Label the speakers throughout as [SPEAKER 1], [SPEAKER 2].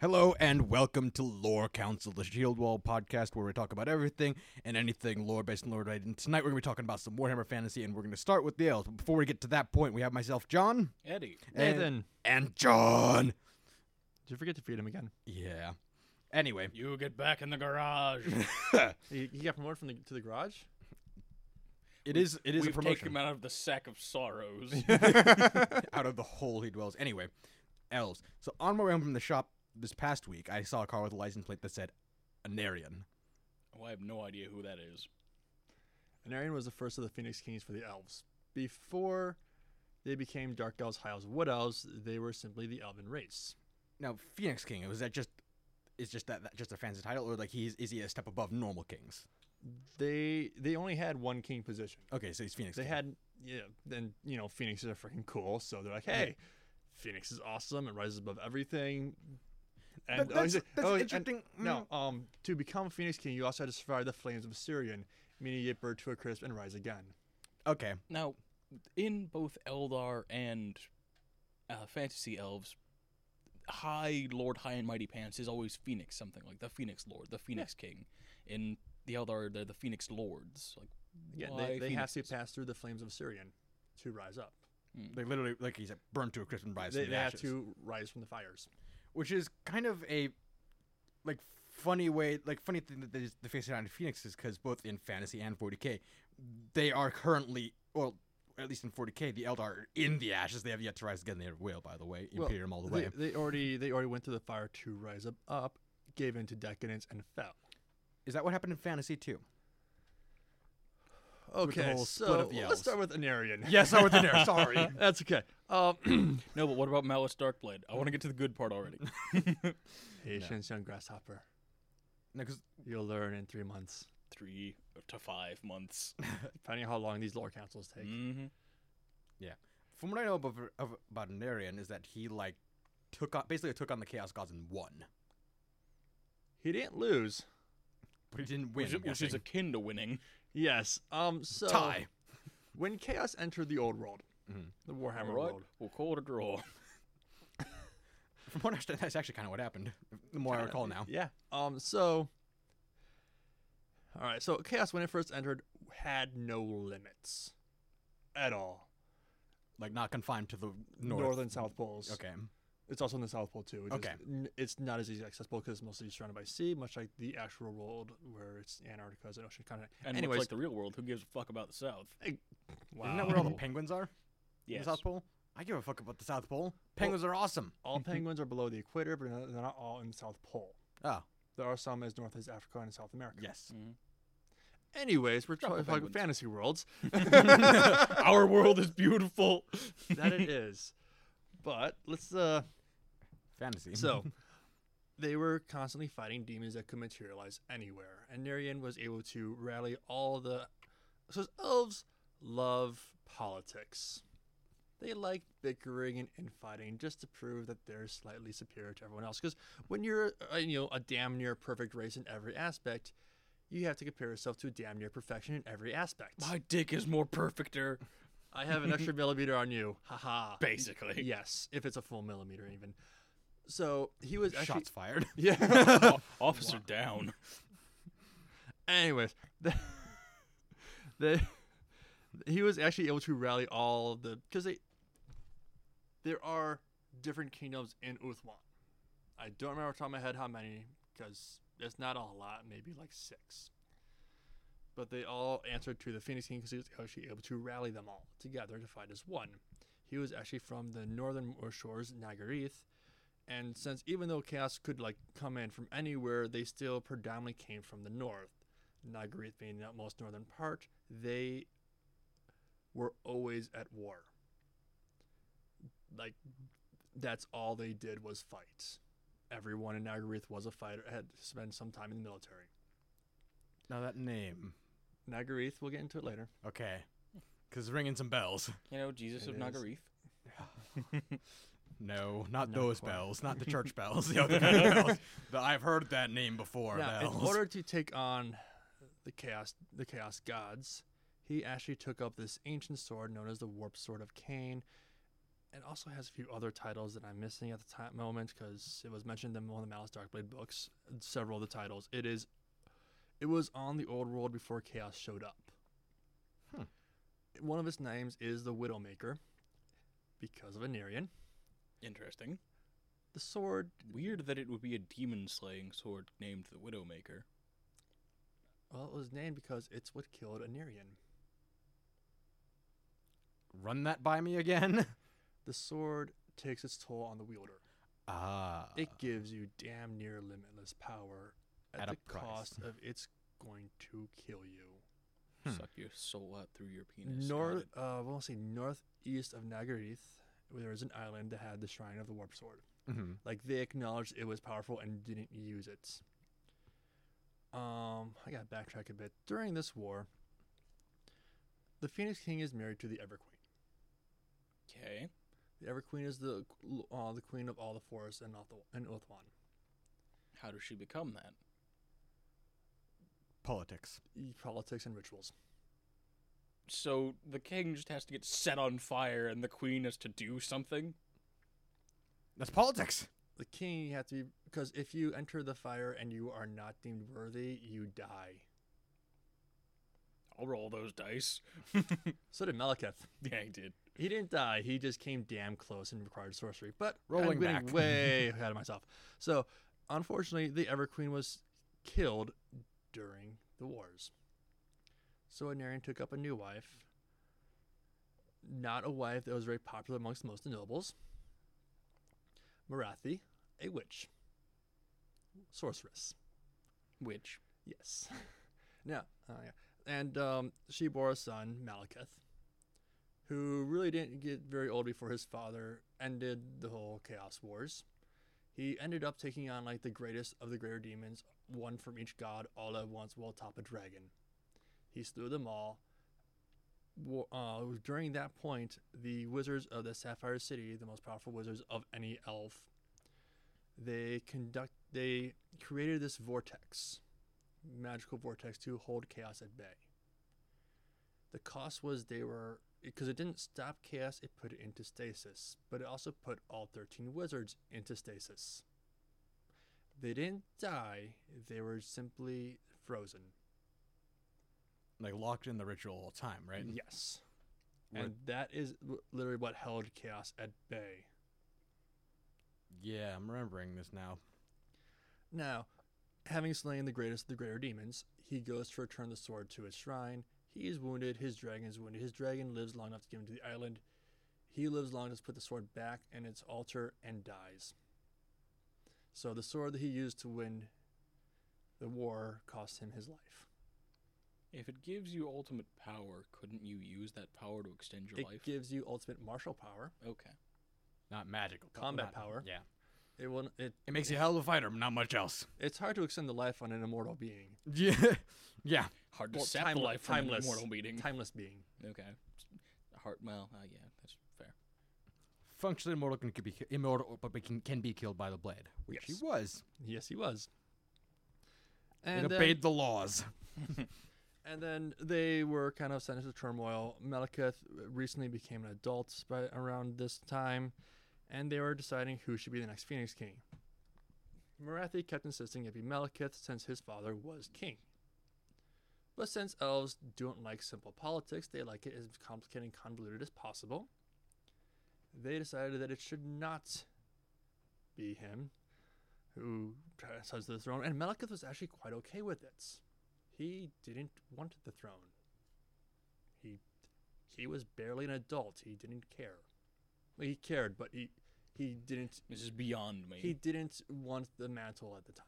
[SPEAKER 1] Hello and welcome to Lore Council, the Shield Wall podcast where we talk about everything and anything lore based on lore related. And tonight we're going to be talking about some Warhammer fantasy and we're going to start with the elves. But before we get to that point, we have myself, John,
[SPEAKER 2] Eddie.
[SPEAKER 1] and-
[SPEAKER 3] Nathan,
[SPEAKER 1] and John.
[SPEAKER 3] did you forget to feed him again?
[SPEAKER 1] Yeah. Anyway,
[SPEAKER 2] You get back in the garage.
[SPEAKER 3] He, he got promoted from the, to the garage.
[SPEAKER 1] it is it is a
[SPEAKER 2] We've taken
[SPEAKER 1] promotion
[SPEAKER 2] him out of the sack of sorrows.
[SPEAKER 1] out of the hole he dwells. Anyway, elves. So on my way home from the shop this past week, I saw a car with a license plate that said Anarian.
[SPEAKER 2] oh, I have no idea who that is.
[SPEAKER 3] And Arian was the first of the Phoenix Kings for the elves. Before they became Dark Elves, High Elves, Wood Elves, they were simply the Elven race.
[SPEAKER 1] Now, Phoenix King was that just is just that, that just a fancy title, or like he's is he a step above normal kings?
[SPEAKER 3] They they only had one king position.
[SPEAKER 1] Okay, so he's Phoenix.
[SPEAKER 3] They
[SPEAKER 1] King.
[SPEAKER 3] had yeah. Then you know Phoenixes are freaking cool, so they're like, hey, Phoenix is awesome. It rises above everything. And
[SPEAKER 1] Th-
[SPEAKER 3] oh, he's
[SPEAKER 1] that's,
[SPEAKER 3] like-
[SPEAKER 1] that's
[SPEAKER 3] oh, and-
[SPEAKER 1] interesting. mm.
[SPEAKER 3] No, um, to become Phoenix King, you also had to survive the flames of Assyrian, meaning you get burned to a crisp and rise again.
[SPEAKER 1] Mm, Okay.
[SPEAKER 2] Now, in both Eldar and uh, fantasy elves, High Lord High and Mighty Pants is always Phoenix something like the Phoenix Lord, the Phoenix King. In the Eldar, they're the Phoenix Lords. Like
[SPEAKER 3] Yeah,
[SPEAKER 2] why
[SPEAKER 3] they, they have to
[SPEAKER 2] Phoenixes?
[SPEAKER 3] pass through the flames of Assyrian to rise up.
[SPEAKER 1] They literally like he's burned to a crisp and rise.
[SPEAKER 3] They,
[SPEAKER 1] from
[SPEAKER 3] they
[SPEAKER 1] the
[SPEAKER 3] have
[SPEAKER 1] ashes,
[SPEAKER 3] to rise from the fires.
[SPEAKER 1] which is kind of a like funny way, like funny thing that they, the face on Phoenix is because both in fantasy and 40k, they are currently well. At least in 40k, the Eldar are in the ashes. They have yet to rise again. They will, by the way,
[SPEAKER 3] Well,
[SPEAKER 1] Imperium all the way.
[SPEAKER 3] They, they already they already went through the fire to rise up, up, gave in to decadence, and fell.
[SPEAKER 1] Is that what happened in fantasy too?
[SPEAKER 3] Okay,
[SPEAKER 1] whole
[SPEAKER 3] so
[SPEAKER 1] split of the elves.
[SPEAKER 3] let's start with Anarian.
[SPEAKER 1] Yes, I was in there. Sorry.
[SPEAKER 3] That's okay. Um,
[SPEAKER 2] No, but what about Malice Darkblade? I want to get to the good part already.
[SPEAKER 3] patience, young grasshopper.
[SPEAKER 1] No, 'cause
[SPEAKER 3] You'll learn in three months,
[SPEAKER 2] Three to five months.
[SPEAKER 3] depending on how long these lore councils take.
[SPEAKER 2] hmm
[SPEAKER 1] from what I know of, of about Anarion is that he like took on basically took on the Chaos Gods and won,
[SPEAKER 3] He didn't lose.
[SPEAKER 1] but he didn't win.
[SPEAKER 2] Which, which is akin to winning.
[SPEAKER 3] Yes. Um. So
[SPEAKER 1] tie.
[SPEAKER 3] when chaos entered the old world,
[SPEAKER 1] Mhm.
[SPEAKER 3] the Warhammer
[SPEAKER 2] All right,
[SPEAKER 3] world,
[SPEAKER 2] We'll call it a draw.
[SPEAKER 1] From what I understand, that's actually kind of what happened. The more I
[SPEAKER 3] Kinda,
[SPEAKER 1] recall now,
[SPEAKER 3] Yeah. Um. So. All right. So chaos, when it first entered, had no limits, at all.
[SPEAKER 1] like not confined to the north.
[SPEAKER 3] North and South poles.
[SPEAKER 1] Okay.
[SPEAKER 3] It's also in the South Pole too. It
[SPEAKER 1] Okay.
[SPEAKER 3] just- n- it's not as easy accessible because it's mostly surrounded by sea, much like the actual world where it's Antarctica is an ocean continent.
[SPEAKER 2] And much
[SPEAKER 3] Anyways,
[SPEAKER 2] like the real world, who gives a fuck about the South?
[SPEAKER 3] wow.
[SPEAKER 1] Isn't that where all the penguins are? In
[SPEAKER 2] Yes.
[SPEAKER 1] the South Pole. I give a fuck about the South Pole. Penguins are awesome.
[SPEAKER 3] all penguins are below the equator, but they're not all in the South Pole.
[SPEAKER 1] Oh
[SPEAKER 3] There are some as north as Africa and South America.
[SPEAKER 1] yes.
[SPEAKER 3] Anyways, we're
[SPEAKER 2] Couple
[SPEAKER 3] talking about
[SPEAKER 2] penguins.
[SPEAKER 3] fantasy worlds.
[SPEAKER 2] Our world is beautiful.
[SPEAKER 3] that it is. But let's uh
[SPEAKER 1] Fantasy.
[SPEAKER 3] so they were constantly fighting demons that could materialize anywhere. And Narian was able to rally all the so elves love politics. They like bickering and infighting just to prove that they're slightly superior to everyone else. Because when you're, uh, you know, a damn near perfect race in every aspect, you have to compare yourself to damn near perfection in every aspect.
[SPEAKER 2] My dick is more perfecter,
[SPEAKER 3] I have an extra millimeter on you. Haha.
[SPEAKER 2] basically.
[SPEAKER 3] Yes, if it's a full millimeter even. So he was actually
[SPEAKER 1] shots fired.
[SPEAKER 3] Yeah.
[SPEAKER 2] O- Officer down.
[SPEAKER 3] Anyways, the, the, he was actually able to rally all of the because they there are different kingdoms in Uthwan. I don't remember off the top of my head how many because it's not a lot, maybe like six. But they all answered to the Phoenix King because he was actually able to rally them all together to fight as one. He was actually from the northern shores, Nagarith, and since even though chaos could like come in from anywhere, they still predominantly came from the north. Nagarith being the most northern part, they were always at war. Like that's all they did was fight. Everyone in Nagarith was a fighter, had spent some time in the military.
[SPEAKER 1] now that name.
[SPEAKER 3] Nagarith, we'll get into it later.
[SPEAKER 1] Okay. Because ringing some bells.
[SPEAKER 2] You know, Jesus
[SPEAKER 3] It
[SPEAKER 2] of
[SPEAKER 3] is.
[SPEAKER 2] Nagarith.
[SPEAKER 1] No, not,
[SPEAKER 3] Not
[SPEAKER 1] those
[SPEAKER 3] quite.
[SPEAKER 1] bells. Not the church bells. The other kind of bells. The- I've heard that name before.
[SPEAKER 3] Now,
[SPEAKER 1] bells.
[SPEAKER 3] in order to take on the chaos, the chaos gods, he actually took up this ancient sword known as the Warp Sword of Cain, It also has a few other titles that I'm missing at the time moment because it was mentioned in one of the Malice Darkblade books. and Several of the titles. It is. It was on the old world before chaos showed up.
[SPEAKER 1] Hmm.
[SPEAKER 3] One of its names is the Widowmaker, because of Anarion.
[SPEAKER 2] Interesting.
[SPEAKER 3] The sword.
[SPEAKER 2] Weird that it would be a demon slaying sword named the Widowmaker.
[SPEAKER 3] Well, it was named because it's what killed Anarion.
[SPEAKER 1] Run that by me again.
[SPEAKER 3] The sword takes its toll on the wielder.
[SPEAKER 1] Ah.
[SPEAKER 3] it gives you damn near limitless power at,
[SPEAKER 1] At a
[SPEAKER 3] the
[SPEAKER 1] price.
[SPEAKER 3] cost of it's going to kill you.
[SPEAKER 1] Hmm.
[SPEAKER 2] Suck your soul out through your penis. Got
[SPEAKER 3] North,
[SPEAKER 2] it.
[SPEAKER 3] uh, we'll say northeast of Nagarith, there is an island that had the shrine of the warp sword.
[SPEAKER 1] Mhm.
[SPEAKER 3] Like they acknowledged it was powerful and didn't use it. Um, I gotta backtrack a bit. During this war, the Phoenix King is married to the Ever Queen.
[SPEAKER 2] Okay.
[SPEAKER 3] The Ever Queen is the uh, the queen of all the forests and Oth- and Othwan.
[SPEAKER 2] How does she become that?
[SPEAKER 1] Politics.
[SPEAKER 3] Politics and rituals.
[SPEAKER 2] So the king just has to get set on fire and the queen has to do something?
[SPEAKER 1] That's politics.
[SPEAKER 3] the king you have to be because if you enter the fire and you are not deemed worthy you die
[SPEAKER 2] I'll roll those dice.
[SPEAKER 3] so did Malekith.
[SPEAKER 2] Yeah, I did.
[SPEAKER 3] he didn't die he just came damn close and required sorcery but
[SPEAKER 1] Rolling
[SPEAKER 3] i'm getting
[SPEAKER 1] back.
[SPEAKER 3] way ahead of myself so unfortunately the ever queen was killed during the wars so Anarion took up a new wife not a wife that was very popular amongst most of the nobles marathi a witch sorceress
[SPEAKER 2] Which?
[SPEAKER 3] Yes. no. Oh, yeah. And um, she bore a son, Malekith, who really didn't get very old before his father ended the whole Chaos Wars. He ended up taking on like the greatest of the greater demons, one from each god, all at once, while atop a dragon. He slew them all. Wa- Uh, during that point, the wizards of the Sapphire City, the most powerful wizards of any elf, they conduct they created this vortex magical vortex to hold chaos at bay. The cost was they were because it didn't stop chaos, it put it into stasis, but it also put all 13 wizards into stasis. They didn't die, they were simply frozen.
[SPEAKER 1] Like locked in the ritual all the time, right?
[SPEAKER 3] Yes.
[SPEAKER 1] Were-
[SPEAKER 3] And that is li- literally what held chaos at bay.
[SPEAKER 1] Yeah, I'm remembering this now.
[SPEAKER 3] Now, having slain the greatest of the greater demons, he goes to return the sword to its shrine. He is wounded, his dragon is wounded. His dragon lives long enough to give him to the island. He lives long enough to put the sword back in its altar and dies. So the sword that he used to win the war cost him his life.
[SPEAKER 2] If it gives you ultimate power, couldn't you use that power to extend your
[SPEAKER 3] it
[SPEAKER 2] life?
[SPEAKER 3] gives you ultimate martial power.
[SPEAKER 2] okay.
[SPEAKER 1] Not magical. po-
[SPEAKER 3] Combat
[SPEAKER 1] not-
[SPEAKER 3] power.
[SPEAKER 1] Yeah.
[SPEAKER 3] It will it
[SPEAKER 1] It makes you a hell of a fighter, but not much else.
[SPEAKER 3] it's hard to extend the life on an immortal being.
[SPEAKER 1] Yeah. yeah.
[SPEAKER 2] Hard to
[SPEAKER 3] Well,
[SPEAKER 2] sap
[SPEAKER 3] time-
[SPEAKER 2] the life from
[SPEAKER 3] timeless.
[SPEAKER 2] an immortal being.
[SPEAKER 3] Timeless being.
[SPEAKER 2] okay. Heart. Well, uh, yeah, that's fair.
[SPEAKER 1] Functionally immortal can be ki- immortal, but be- can, can be killed by the blade, which
[SPEAKER 3] Yes.
[SPEAKER 1] he was.
[SPEAKER 3] Yes, he was.
[SPEAKER 1] And it
[SPEAKER 3] then-
[SPEAKER 1] obeyed the laws.
[SPEAKER 3] And then they were kind of sent into turmoil. Meliketh recently became an adult by around this time, and they were deciding who should be the next Phoenix King. Marathi kept insisting it be Meliketh since his father was king. But since elves don't like simple politics, they like it as complicated and convoluted as possible. They decided that it should not be him who tries to the throne, and Meliketh was actually quite okay with it he didn't want the throne. He he was barely an adult. He didn't care. Well, he cared, but he he didn't
[SPEAKER 2] This is beyond me.
[SPEAKER 3] he didn't want the mantle at the time.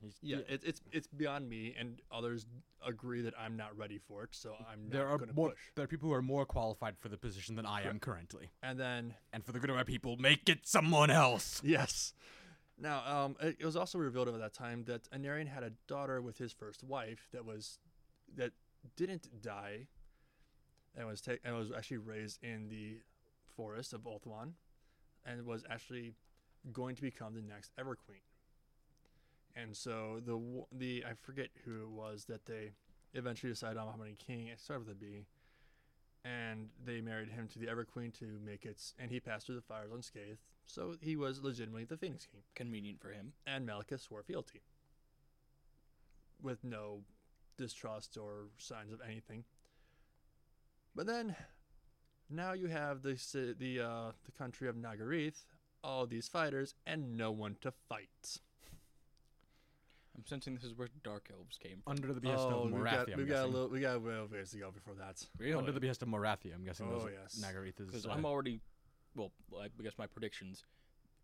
[SPEAKER 1] He's-
[SPEAKER 3] Yeah, It, it's it's beyond me, and others agree that I'm not ready for it, so I'm
[SPEAKER 1] There
[SPEAKER 3] not
[SPEAKER 1] are
[SPEAKER 3] going to
[SPEAKER 1] more,
[SPEAKER 3] push.
[SPEAKER 1] there are people who are more qualified for the position than I am currently.
[SPEAKER 3] And then
[SPEAKER 1] And for the good of our people, make it someone else.
[SPEAKER 3] yes. Now, um, it, it was also revealed at that time that Anarion had a daughter with his first wife that was that didn't die, and was ta- and was actually raised in the forest of Ulthuan, and was actually going to become the next Ever Queen. And so the wa- the I forget who it was that they eventually decided on how many king. It started with a B, and they married him to the Ever Queen to make it. s- And he passed through the fires unscathed, so he was legitimately the Phoenix King.
[SPEAKER 2] Convenient for him.
[SPEAKER 3] And Malekith swore fealty, with no distrust or signs of anything. But then, now you have the ci- the uh, the country of Nagarith, all these fighters, and no one to fight.
[SPEAKER 2] I'm sensing this is where Dark Elves came from.
[SPEAKER 1] Under the behest
[SPEAKER 3] oh,
[SPEAKER 1] of
[SPEAKER 3] we got,
[SPEAKER 1] Morathi, I'm
[SPEAKER 3] we got a
[SPEAKER 1] guessing.
[SPEAKER 3] little, we got a little ways to go before that.
[SPEAKER 1] Under the behest of Morathi, I'm guessing.
[SPEAKER 3] Oh,
[SPEAKER 1] those
[SPEAKER 3] yes.
[SPEAKER 1] Nagarith is.
[SPEAKER 2] Because
[SPEAKER 1] uh,
[SPEAKER 2] I'm already, well, I I guess my predictions.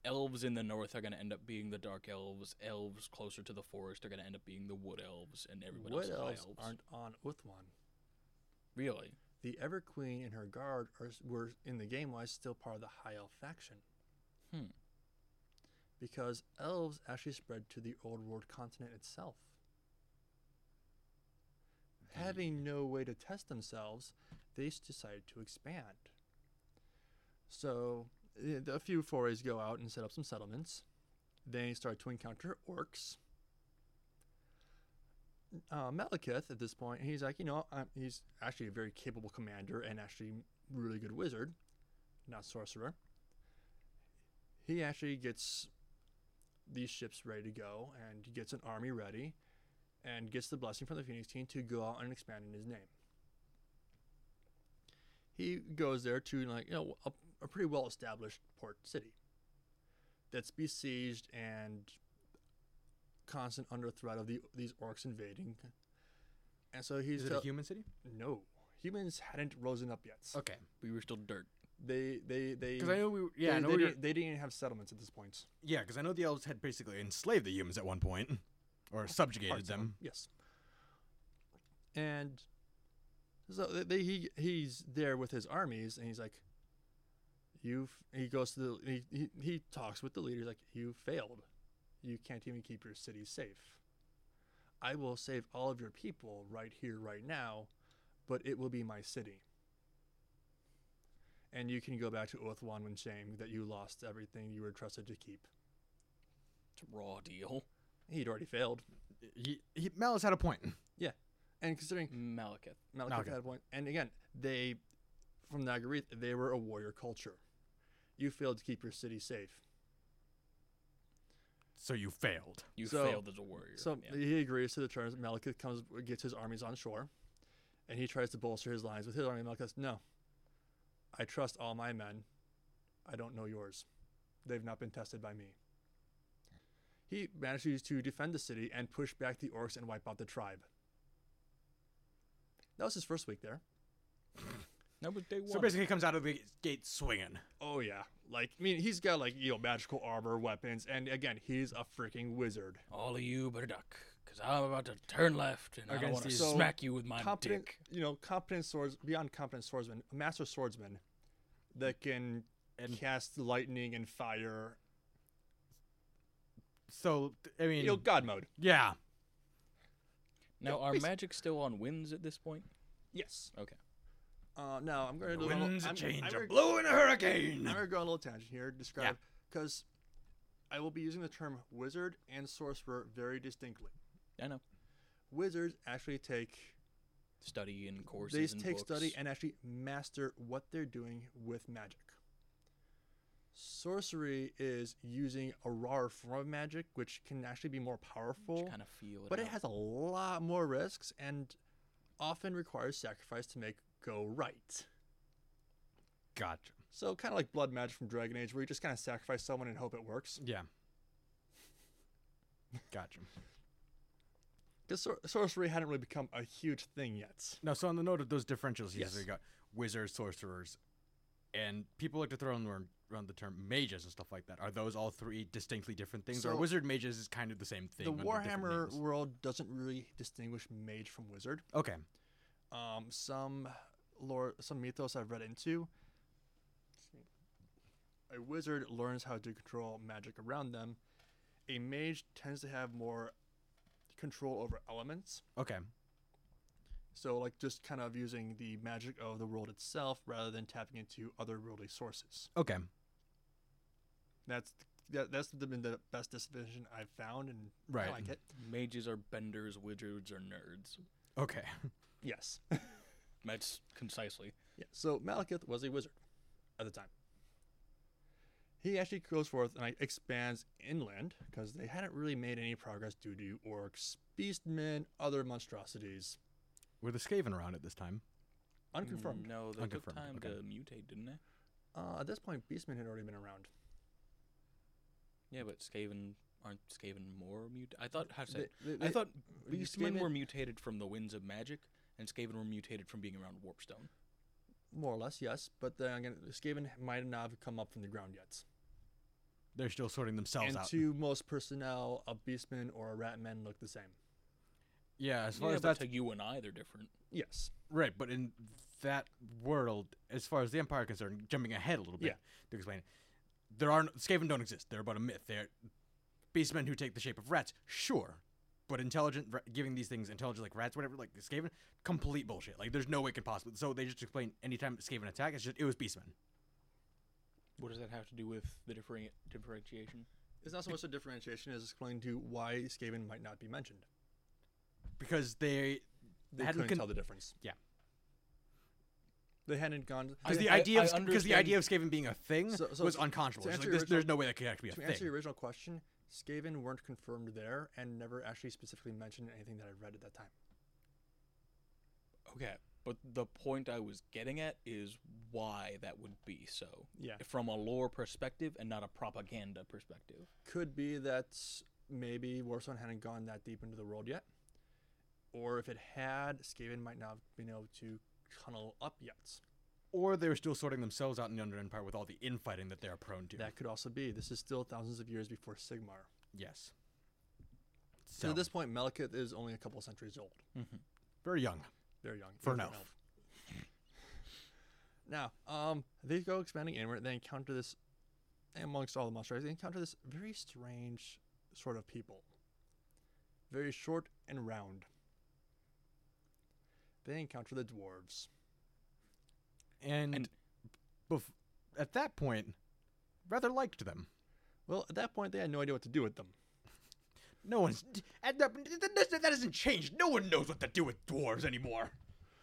[SPEAKER 2] Elves in the north are going to end up being the dark elves. Elves closer to the forest are going to end up being the wood elves, and everyone else
[SPEAKER 3] What
[SPEAKER 2] is high
[SPEAKER 3] elves
[SPEAKER 2] elves.
[SPEAKER 3] aren't on Uthwan?
[SPEAKER 2] really?
[SPEAKER 3] The Ever Queen and her guard are, s- were in the game wise still part of the High Elf faction.
[SPEAKER 2] Hmm.
[SPEAKER 3] Because elves actually spread to the Old World continent itself. Having no way to test themselves, they s- decided to expand. So eh, a few forays go out and set up some settlements. They start to encounter orcs. uh, Malekith at this point, he's like, you know, i he's actually a very capable commander and actually really good wizard, not sorcerer. He actually gets these ships ready to go and he gets an army ready and gets the blessing from the Phoenix team to go out and expand in his name. He goes there to, like, you know, a, a pretty well established port city that's besieged and constant under threat of the, these orcs invading. And so he's
[SPEAKER 1] is it
[SPEAKER 3] tell-
[SPEAKER 1] a human city?
[SPEAKER 3] no, humans hadn't risen up yet.
[SPEAKER 1] Okay.
[SPEAKER 2] We were still dirt.
[SPEAKER 3] They they they
[SPEAKER 1] Because I know we. were- Yeah,
[SPEAKER 3] they,
[SPEAKER 1] I know
[SPEAKER 3] they,
[SPEAKER 1] we. were-
[SPEAKER 3] didn't, they didn't even have settlements at this point.
[SPEAKER 1] Yeah, because I know the elves had basically enslaved the humans at one point, or subjugated
[SPEAKER 3] Parts of
[SPEAKER 1] them.
[SPEAKER 3] Yes. And so they, they he he's there with his armies and he's like you've he goes to the he, he, he talks with the leaders like you failed. You can't even keep your city safe. I will save all of your people right here right now, but it will be my city. And you can go back to Oathwan when shame that you lost everything you were trusted to keep.
[SPEAKER 2] It's a raw deal.
[SPEAKER 3] He'd already failed.
[SPEAKER 1] He, he, Malice had a point.
[SPEAKER 3] And considering
[SPEAKER 2] Malekith.
[SPEAKER 3] Malekith
[SPEAKER 1] Okay.
[SPEAKER 3] had one. And again, they, from Nagarith, they were a warrior culture. You failed to keep your city safe.
[SPEAKER 1] So you failed.
[SPEAKER 2] You
[SPEAKER 3] So-
[SPEAKER 2] failed as a warrior.
[SPEAKER 3] So
[SPEAKER 2] Yeah.
[SPEAKER 3] he agrees to the terms. Malekith comes, gets his armies on shore, and he tries to bolster his lines with his army. Malekith says, No, I trust all my men. I don't know yours. They've not been tested by me. He manages to defend the city and push back the orcs and wipe out the tribe. That was his first week there.
[SPEAKER 2] that was day one.
[SPEAKER 1] So basically, he comes out of the gate swinging.
[SPEAKER 3] Oh yeah, like I mean, he's got like you know magical armor, weapons, and again, he's a freaking wizard.
[SPEAKER 2] All of you better duck, because I'm about to turn left and I
[SPEAKER 1] Against
[SPEAKER 2] want to
[SPEAKER 1] these-
[SPEAKER 3] So,
[SPEAKER 2] smack you with my
[SPEAKER 3] competent,
[SPEAKER 2] dick.
[SPEAKER 3] you know, competent swords beyond competent swordsman, a master swordsman that can
[SPEAKER 1] And-
[SPEAKER 3] cast lightning and fire.
[SPEAKER 1] So th- I mean,
[SPEAKER 3] You know, god mode.
[SPEAKER 1] yeah,
[SPEAKER 2] Now,
[SPEAKER 3] Yeah,
[SPEAKER 2] are
[SPEAKER 3] basi-
[SPEAKER 2] magic still on winds at this point?
[SPEAKER 3] Yes.
[SPEAKER 2] Okay.
[SPEAKER 3] Uh, now I'm going to do a little-
[SPEAKER 1] winds a
[SPEAKER 3] I'm-
[SPEAKER 1] change,
[SPEAKER 3] I'm
[SPEAKER 1] a
[SPEAKER 3] gonna-
[SPEAKER 1] blow and a hurricane.
[SPEAKER 3] I'm gonna go on a little tangent here. Describe because I will be using the term wizard and sorcerer very distinctly.
[SPEAKER 2] I know.
[SPEAKER 3] Wizards actually take
[SPEAKER 2] Study and courses.
[SPEAKER 3] they
[SPEAKER 2] and
[SPEAKER 3] take
[SPEAKER 2] books.
[SPEAKER 3] study and actually master what they're doing with magic. Sorcery is using a raw form of magic, which can actually be more powerful,
[SPEAKER 2] kind of feel it.
[SPEAKER 3] but it
[SPEAKER 2] out.
[SPEAKER 3] has a lot more risks and often requires sacrifice to make go right.
[SPEAKER 1] Gotcha.
[SPEAKER 3] So kind of like blood magic from Dragon Age, where you just kind of sacrifice someone and hope it works.
[SPEAKER 1] Yeah. Gotcha.
[SPEAKER 3] Because sor- sorcery hadn't really become a huge thing yet.
[SPEAKER 1] Now, so on the note of those differentials,
[SPEAKER 3] Yes.
[SPEAKER 1] yes. you got wizards, sorcerers, and people like to throw in around- around the term mages and stuff like that. Are those all three distinctly different things, or
[SPEAKER 3] So-
[SPEAKER 1] wizard mages is kind of the same thing?
[SPEAKER 3] The
[SPEAKER 1] under different
[SPEAKER 3] Warhammer
[SPEAKER 1] names?
[SPEAKER 3] world doesn't really distinguish mage from wizard.
[SPEAKER 1] Okay.
[SPEAKER 3] um, some lore, some mythos I've read into. A wizard learns how to control magic around them. A mage tends to have more control over elements,
[SPEAKER 1] Okay.
[SPEAKER 3] so like just kind of using the magic of the world itself rather than tapping into other worldly sources.
[SPEAKER 1] Okay.
[SPEAKER 3] That's that, that's the, been the best definition I've found, and I
[SPEAKER 1] Right.
[SPEAKER 3] like it.
[SPEAKER 2] Mages are benders, wizards are nerds.
[SPEAKER 1] Okay.
[SPEAKER 3] Yes,
[SPEAKER 2] That's concisely.
[SPEAKER 3] Yeah, so Malekith was a wizard at the time. He actually goes forth and like, expands inland because they hadn't really made any progress due to orcs, beastmen, other monstrosities.
[SPEAKER 1] Were the Skaven around at this time?
[SPEAKER 3] Unconfirmed.
[SPEAKER 2] No, they took
[SPEAKER 1] Unconfirmed,
[SPEAKER 2] time
[SPEAKER 1] okay.
[SPEAKER 2] to mutate, didn't they?
[SPEAKER 3] Uh, at this point, beastmen had already been around.
[SPEAKER 2] Yeah, but Skaven aren't Skaven more mut? I thought how to say. it?
[SPEAKER 3] They- they-
[SPEAKER 2] I thought
[SPEAKER 3] they-
[SPEAKER 2] Beastmen
[SPEAKER 3] Skaven-
[SPEAKER 2] were mutated from the winds of magic, and Skaven were mutated from being around Warpstone.
[SPEAKER 3] more or less, yes, but then again, Skaven might not have come up from the ground yet.
[SPEAKER 1] They're still sorting themselves
[SPEAKER 3] and
[SPEAKER 1] out.
[SPEAKER 3] to most personnel, a beastman or a ratman look the same.
[SPEAKER 1] yeah, as far
[SPEAKER 2] yeah,
[SPEAKER 1] as
[SPEAKER 2] but
[SPEAKER 1] that's
[SPEAKER 2] to you and I, they're different.
[SPEAKER 3] Yes.
[SPEAKER 1] right, but in that world, as far as the Empire is concerned, jumping ahead a little bit
[SPEAKER 3] Yeah.
[SPEAKER 1] to explain it, there are no, Skaven don't exist. They're about a myth. They're beastmen who take the shape of rats, sure, but intelligent, ra- giving these things intelligent like rats, whatever, like the Skaven, complete bullshit. Like there's no way it can possibly. So they just explain anytime Skaven attack, it's just it was beastmen.
[SPEAKER 2] What does that have to do with the differing differentiation?
[SPEAKER 3] It's not so much a differentiation as explaining to why Skaven might not be mentioned.
[SPEAKER 1] because they
[SPEAKER 3] They
[SPEAKER 1] hadn't
[SPEAKER 3] couldn't
[SPEAKER 1] con-
[SPEAKER 3] tell the difference.
[SPEAKER 1] Yeah.
[SPEAKER 3] They hadn't gone.
[SPEAKER 1] because the
[SPEAKER 2] I-
[SPEAKER 1] idea
[SPEAKER 2] I
[SPEAKER 1] of because the
[SPEAKER 2] understand-
[SPEAKER 1] idea of Skaven being a thing
[SPEAKER 3] So- so
[SPEAKER 1] was
[SPEAKER 3] to-
[SPEAKER 1] unconscionable.
[SPEAKER 3] to
[SPEAKER 1] It's
[SPEAKER 3] answer
[SPEAKER 1] like,
[SPEAKER 3] your
[SPEAKER 1] this, there's no way that could actually
[SPEAKER 3] To
[SPEAKER 1] be a
[SPEAKER 3] answer
[SPEAKER 1] thing.
[SPEAKER 3] your original question, Skaven weren't confirmed there and never actually specifically mentioned anything that I read at that time.
[SPEAKER 2] Okay, but the point I was getting at is why that would be so,
[SPEAKER 3] Yeah.
[SPEAKER 2] from a lore perspective and not a propaganda perspective.
[SPEAKER 3] could be that maybe Warzone hadn't gone that deep into the world yet. Or if it had, Skaven might not have been able to tunnel up yet.
[SPEAKER 1] Or they were still sorting themselves out in the Under Empire with all the infighting that they are prone to.
[SPEAKER 3] That could also be. This is still thousands of years before Sigmar.
[SPEAKER 1] yes. So
[SPEAKER 3] So at this point, Malekith is only a couple centuries old.
[SPEAKER 2] Mm-hmm.
[SPEAKER 1] very young.
[SPEAKER 3] They're young.
[SPEAKER 1] For
[SPEAKER 3] even
[SPEAKER 1] an elf.
[SPEAKER 3] now, um, they go expanding inward. They encounter this, amongst all the monsters, they encounter this very strange sort of people. Very short and round. They encounter the dwarves.
[SPEAKER 1] And,
[SPEAKER 2] And-
[SPEAKER 1] bef- at that point, rather liked them.
[SPEAKER 3] Well, at that point, they had no idea what to do with them.
[SPEAKER 1] No one's at that, that, that hasn't changed. No one knows what to do with dwarves anymore.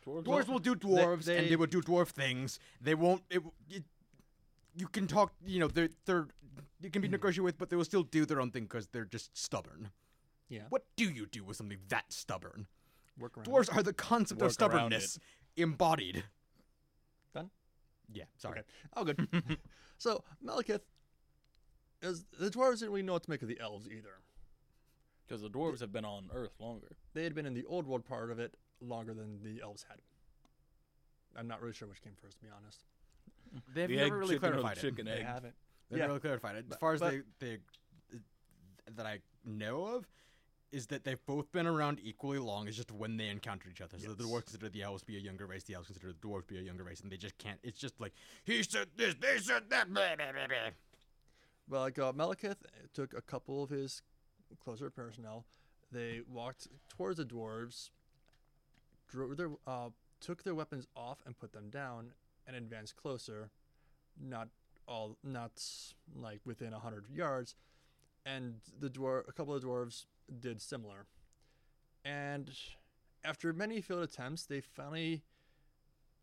[SPEAKER 2] Dwarves
[SPEAKER 1] Dwarves will do dwarves, and
[SPEAKER 3] they-
[SPEAKER 1] they will do dwarf things. They won't. It, it, you can talk. You know, they're they're. You can be negotiated with, but they will still do their own thing because they're just stubborn.
[SPEAKER 3] Yeah.
[SPEAKER 1] What do you do with something that stubborn?
[SPEAKER 3] Work around.
[SPEAKER 1] Dwarves are the concept of
[SPEAKER 2] Work around it.
[SPEAKER 1] stubbornness embodied.
[SPEAKER 3] Done?
[SPEAKER 1] Yeah. Sorry.
[SPEAKER 3] Okay. Oh, good. so Malekith, as the dwarves didn't really know what to make of the elves either.
[SPEAKER 2] because the dwarves have been on Earth longer.
[SPEAKER 3] They had been in the old world part of it longer than the elves had. I'm not really sure which came first, to be honest.
[SPEAKER 1] They've
[SPEAKER 2] the egg
[SPEAKER 1] never really
[SPEAKER 2] chicken or the
[SPEAKER 1] clarified it.
[SPEAKER 2] chicken
[SPEAKER 3] They
[SPEAKER 2] egg.
[SPEAKER 3] haven't.
[SPEAKER 1] They've
[SPEAKER 3] Yeah.
[SPEAKER 1] never really clarified it. As far as
[SPEAKER 3] but-
[SPEAKER 1] they, they that I know of. Is that they've both been around equally long? It's just when they encountered each other. So the
[SPEAKER 3] Yes.
[SPEAKER 1] dwarves consider the elves to be a younger race. The elves consider the dwarves to be a younger race, and they just can't. It's just like he said this, they said that. Blah, blah, blah, blah.
[SPEAKER 3] Well, like uh, Malekith took a couple of his closer personnel. They walked towards the dwarves, drew their, uh, took their weapons off and put them down, and advanced closer. Not all, not like within a hundred yards, and the dwar a couple of dwarves did similar. And after many failed attempts, they finally.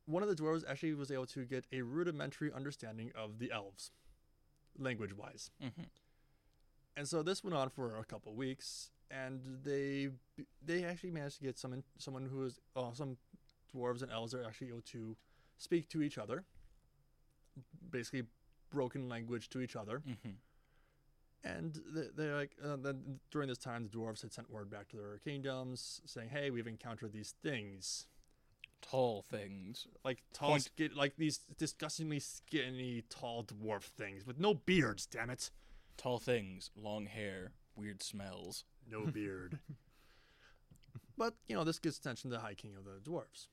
[SPEAKER 3] One of the dwarves actually was able to get a rudimentary understanding of the elves, language wise.
[SPEAKER 2] Mhm.
[SPEAKER 3] And so this went on for a couple weeks, and they they actually managed to get some someone who is uh, some dwarves and elves are actually able to speak to each other, basically broken language to each other.
[SPEAKER 2] Mhm.
[SPEAKER 3] And th- they're like, uh, then during this time, the dwarves had sent word back to their kingdoms saying, "Hey, we've encountered these things,
[SPEAKER 2] Tall things.
[SPEAKER 3] like tall,
[SPEAKER 2] Point-
[SPEAKER 3] skin, like these disgustingly skinny, tall dwarf things with no beards. Damn it,
[SPEAKER 2] Tall things. Long hair. Weird smells.
[SPEAKER 3] no beard." but you know, this gets attention to the High King of the Dwarves,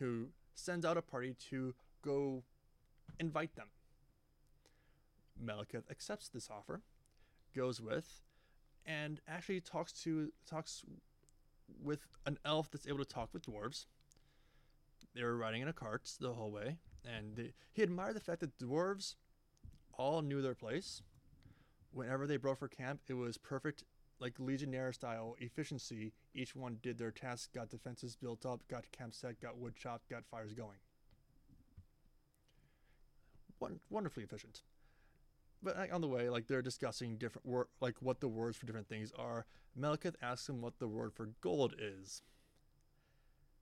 [SPEAKER 3] who sends out a party to go invite them. Malekith accepts this offer, goes with, and actually talks to talks with an elf that's able to talk with dwarves. They were riding in a cart the whole way, and they, he admired the fact that dwarves all knew their place. Whenever they broke for camp, it was perfect, like legionnaire style efficiency. Each one did their task, got defenses built up, got camp set, got wood chopped, got fires going. won- wonderfully efficient. But like, on the way, like they're discussing different word, like what the words for different things are. Melkith asks him what the word for gold is,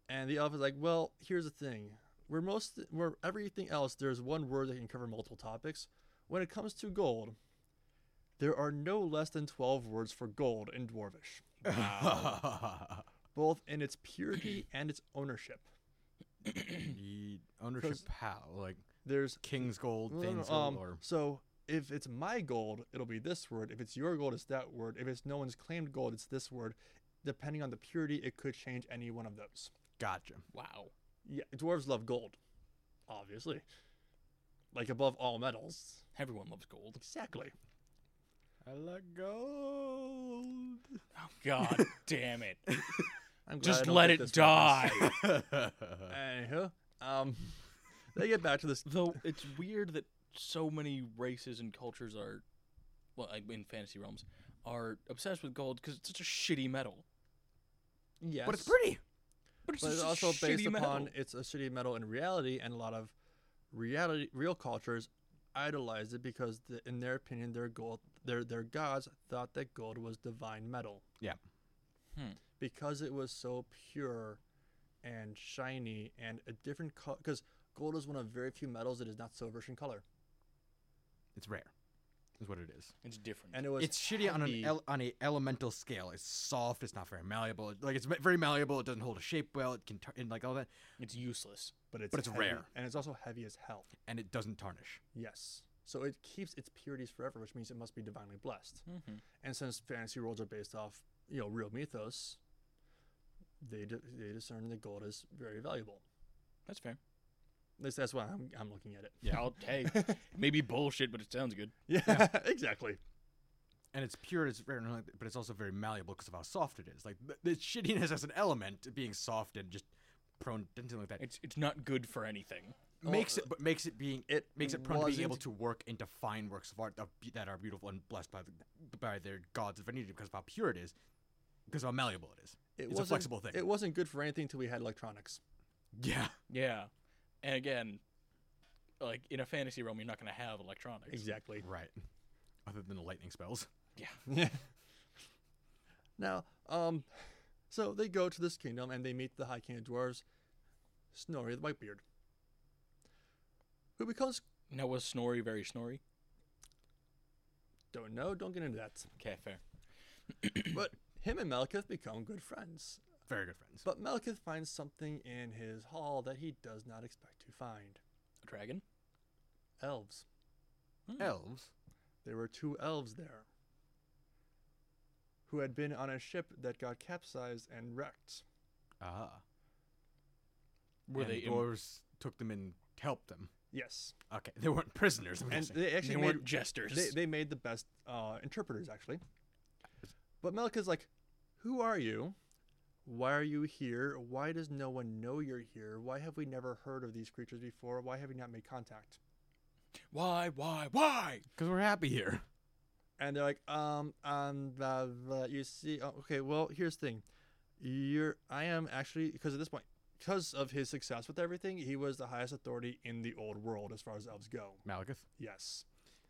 [SPEAKER 3] and the elf is like, "Well, here's the thing. Where most, where everything else, there's one word that can cover multiple topics. When it comes to gold, there are no less than twelve words for gold in Dwarvish." both in its purity and its ownership.
[SPEAKER 1] The ownership
[SPEAKER 3] Cause-
[SPEAKER 1] how like
[SPEAKER 3] There's
[SPEAKER 1] king's gold,
[SPEAKER 3] no, no,
[SPEAKER 1] Thane's
[SPEAKER 3] no, um,
[SPEAKER 1] gold, or
[SPEAKER 3] so if it's my gold, it'll be this word. If it's your gold, it's that word. If it's no one's claimed gold, it's this word. Depending on the purity, it could change any one of those.
[SPEAKER 1] gotcha.
[SPEAKER 2] Wow.
[SPEAKER 3] Yeah, dwarves love gold, obviously. Like above all metals.
[SPEAKER 2] Everyone loves gold.
[SPEAKER 3] Exactly.
[SPEAKER 1] I like gold.
[SPEAKER 2] Oh, God damn it.
[SPEAKER 3] I'm glad I
[SPEAKER 2] Just
[SPEAKER 3] don't
[SPEAKER 2] let
[SPEAKER 3] get
[SPEAKER 2] it
[SPEAKER 3] this reference.
[SPEAKER 2] die.
[SPEAKER 3] Anywho, um, they get back to this.
[SPEAKER 2] Though it's weird that so many races and cultures are, well, like, in fantasy realms, are obsessed with gold because it's such a shitty metal.
[SPEAKER 3] Yes,
[SPEAKER 1] But it's pretty.
[SPEAKER 2] But it's,
[SPEAKER 3] but it's
[SPEAKER 2] just
[SPEAKER 3] also
[SPEAKER 2] a
[SPEAKER 3] based
[SPEAKER 2] shitty metal.
[SPEAKER 3] upon it's a shitty metal in reality, and a lot of reality real cultures idolized it because, the, in their opinion, their gold their their gods thought that gold was divine metal.
[SPEAKER 1] Yeah.
[SPEAKER 2] Hmm.
[SPEAKER 3] Because it was so pure and shiny and a different color. Because gold is one of very few metals that is not silverish in color,
[SPEAKER 1] It's rare. Is what it is.
[SPEAKER 2] It's different.
[SPEAKER 3] and it was
[SPEAKER 1] it's shitty on an
[SPEAKER 3] heavy.
[SPEAKER 1] el- on a elemental scale. It's soft. It's not very malleable. It- Like it's ma- very malleable. It doesn't hold a shape well. It can tar- and like all that,
[SPEAKER 2] it's useless.
[SPEAKER 3] but it's
[SPEAKER 1] but it's
[SPEAKER 3] heavy,
[SPEAKER 1] rare.
[SPEAKER 3] and it's also heavy as hell.
[SPEAKER 1] and it doesn't tarnish.
[SPEAKER 3] Yes. So it keeps its purities forever, which means it must be divinely blessed.
[SPEAKER 2] Mm-hmm.
[SPEAKER 3] and since fantasy worlds are based off you know real mythos they di- they discern that gold is very valuable
[SPEAKER 2] That's fair.
[SPEAKER 3] at least that's why i'm, I'm looking at it
[SPEAKER 1] Yeah.
[SPEAKER 2] I'll, hey, maybe bullshit, but it sounds good.
[SPEAKER 3] yeah, exactly
[SPEAKER 1] And it's pure. It's rare, and all that, but it's also very malleable because of how soft it is. Like the, the shittiness as an element, being soft and just prone to anything like that,
[SPEAKER 2] It's it's not good for anything.
[SPEAKER 1] makes it. But makes it being
[SPEAKER 3] it
[SPEAKER 1] makes it prone to being able
[SPEAKER 3] wasn't-
[SPEAKER 1] to work into fine works of art that be- that are beautiful and blessed by the, by their gods of energy because of how pure it is, because of how malleable it is.
[SPEAKER 3] it
[SPEAKER 1] it's a
[SPEAKER 3] wasn't-
[SPEAKER 1] flexible thing.
[SPEAKER 3] it wasn't good for anything until we had electronics
[SPEAKER 1] Yeah.
[SPEAKER 2] Yeah. And again, like in a fantasy realm, you're not going to have electronics.
[SPEAKER 3] exactly
[SPEAKER 1] Right. Other than the lightning spells.
[SPEAKER 2] Yeah.
[SPEAKER 3] yeah now um so they go to this kingdom and they meet the high king of dwarves snorri the whitebeard who becomes
[SPEAKER 2] Now was Snorri very Snorri?
[SPEAKER 3] don't know don't get into that
[SPEAKER 2] Okay, fair.
[SPEAKER 3] but him and Malekith become good friends
[SPEAKER 1] Very good friends.
[SPEAKER 3] But Malekith finds something in his hall that he does not expect to find
[SPEAKER 2] A dragon?
[SPEAKER 3] elves.
[SPEAKER 2] Hmm.
[SPEAKER 1] elves.
[SPEAKER 3] There were two elves there who had been on a ship that got capsized and wrecked.
[SPEAKER 1] Ah.
[SPEAKER 2] Were
[SPEAKER 1] and
[SPEAKER 2] they im-
[SPEAKER 1] dwarves took them and helped them?
[SPEAKER 3] Yes.
[SPEAKER 1] Okay, they weren't prisoners. I'm
[SPEAKER 3] And
[SPEAKER 1] guessing.
[SPEAKER 3] they
[SPEAKER 2] They
[SPEAKER 3] actually
[SPEAKER 2] weren't
[SPEAKER 3] made,
[SPEAKER 2] jesters.
[SPEAKER 3] they, they made the best uh, interpreters, actually. But Malekith's like, Who are you? Why are you here? Why does no one know you're here? Why have we never heard of these creatures before? Why have you not made contact?
[SPEAKER 2] why? Why? Why?
[SPEAKER 1] Because we're happy here.
[SPEAKER 3] and they're like, um, um, blah, blah, you see, oh, okay, well, here's the thing, you're, I am actually, because at this point, because of his success with everything, he was the highest authority in the old world as far as elves go.
[SPEAKER 1] Malekith.
[SPEAKER 3] Yes,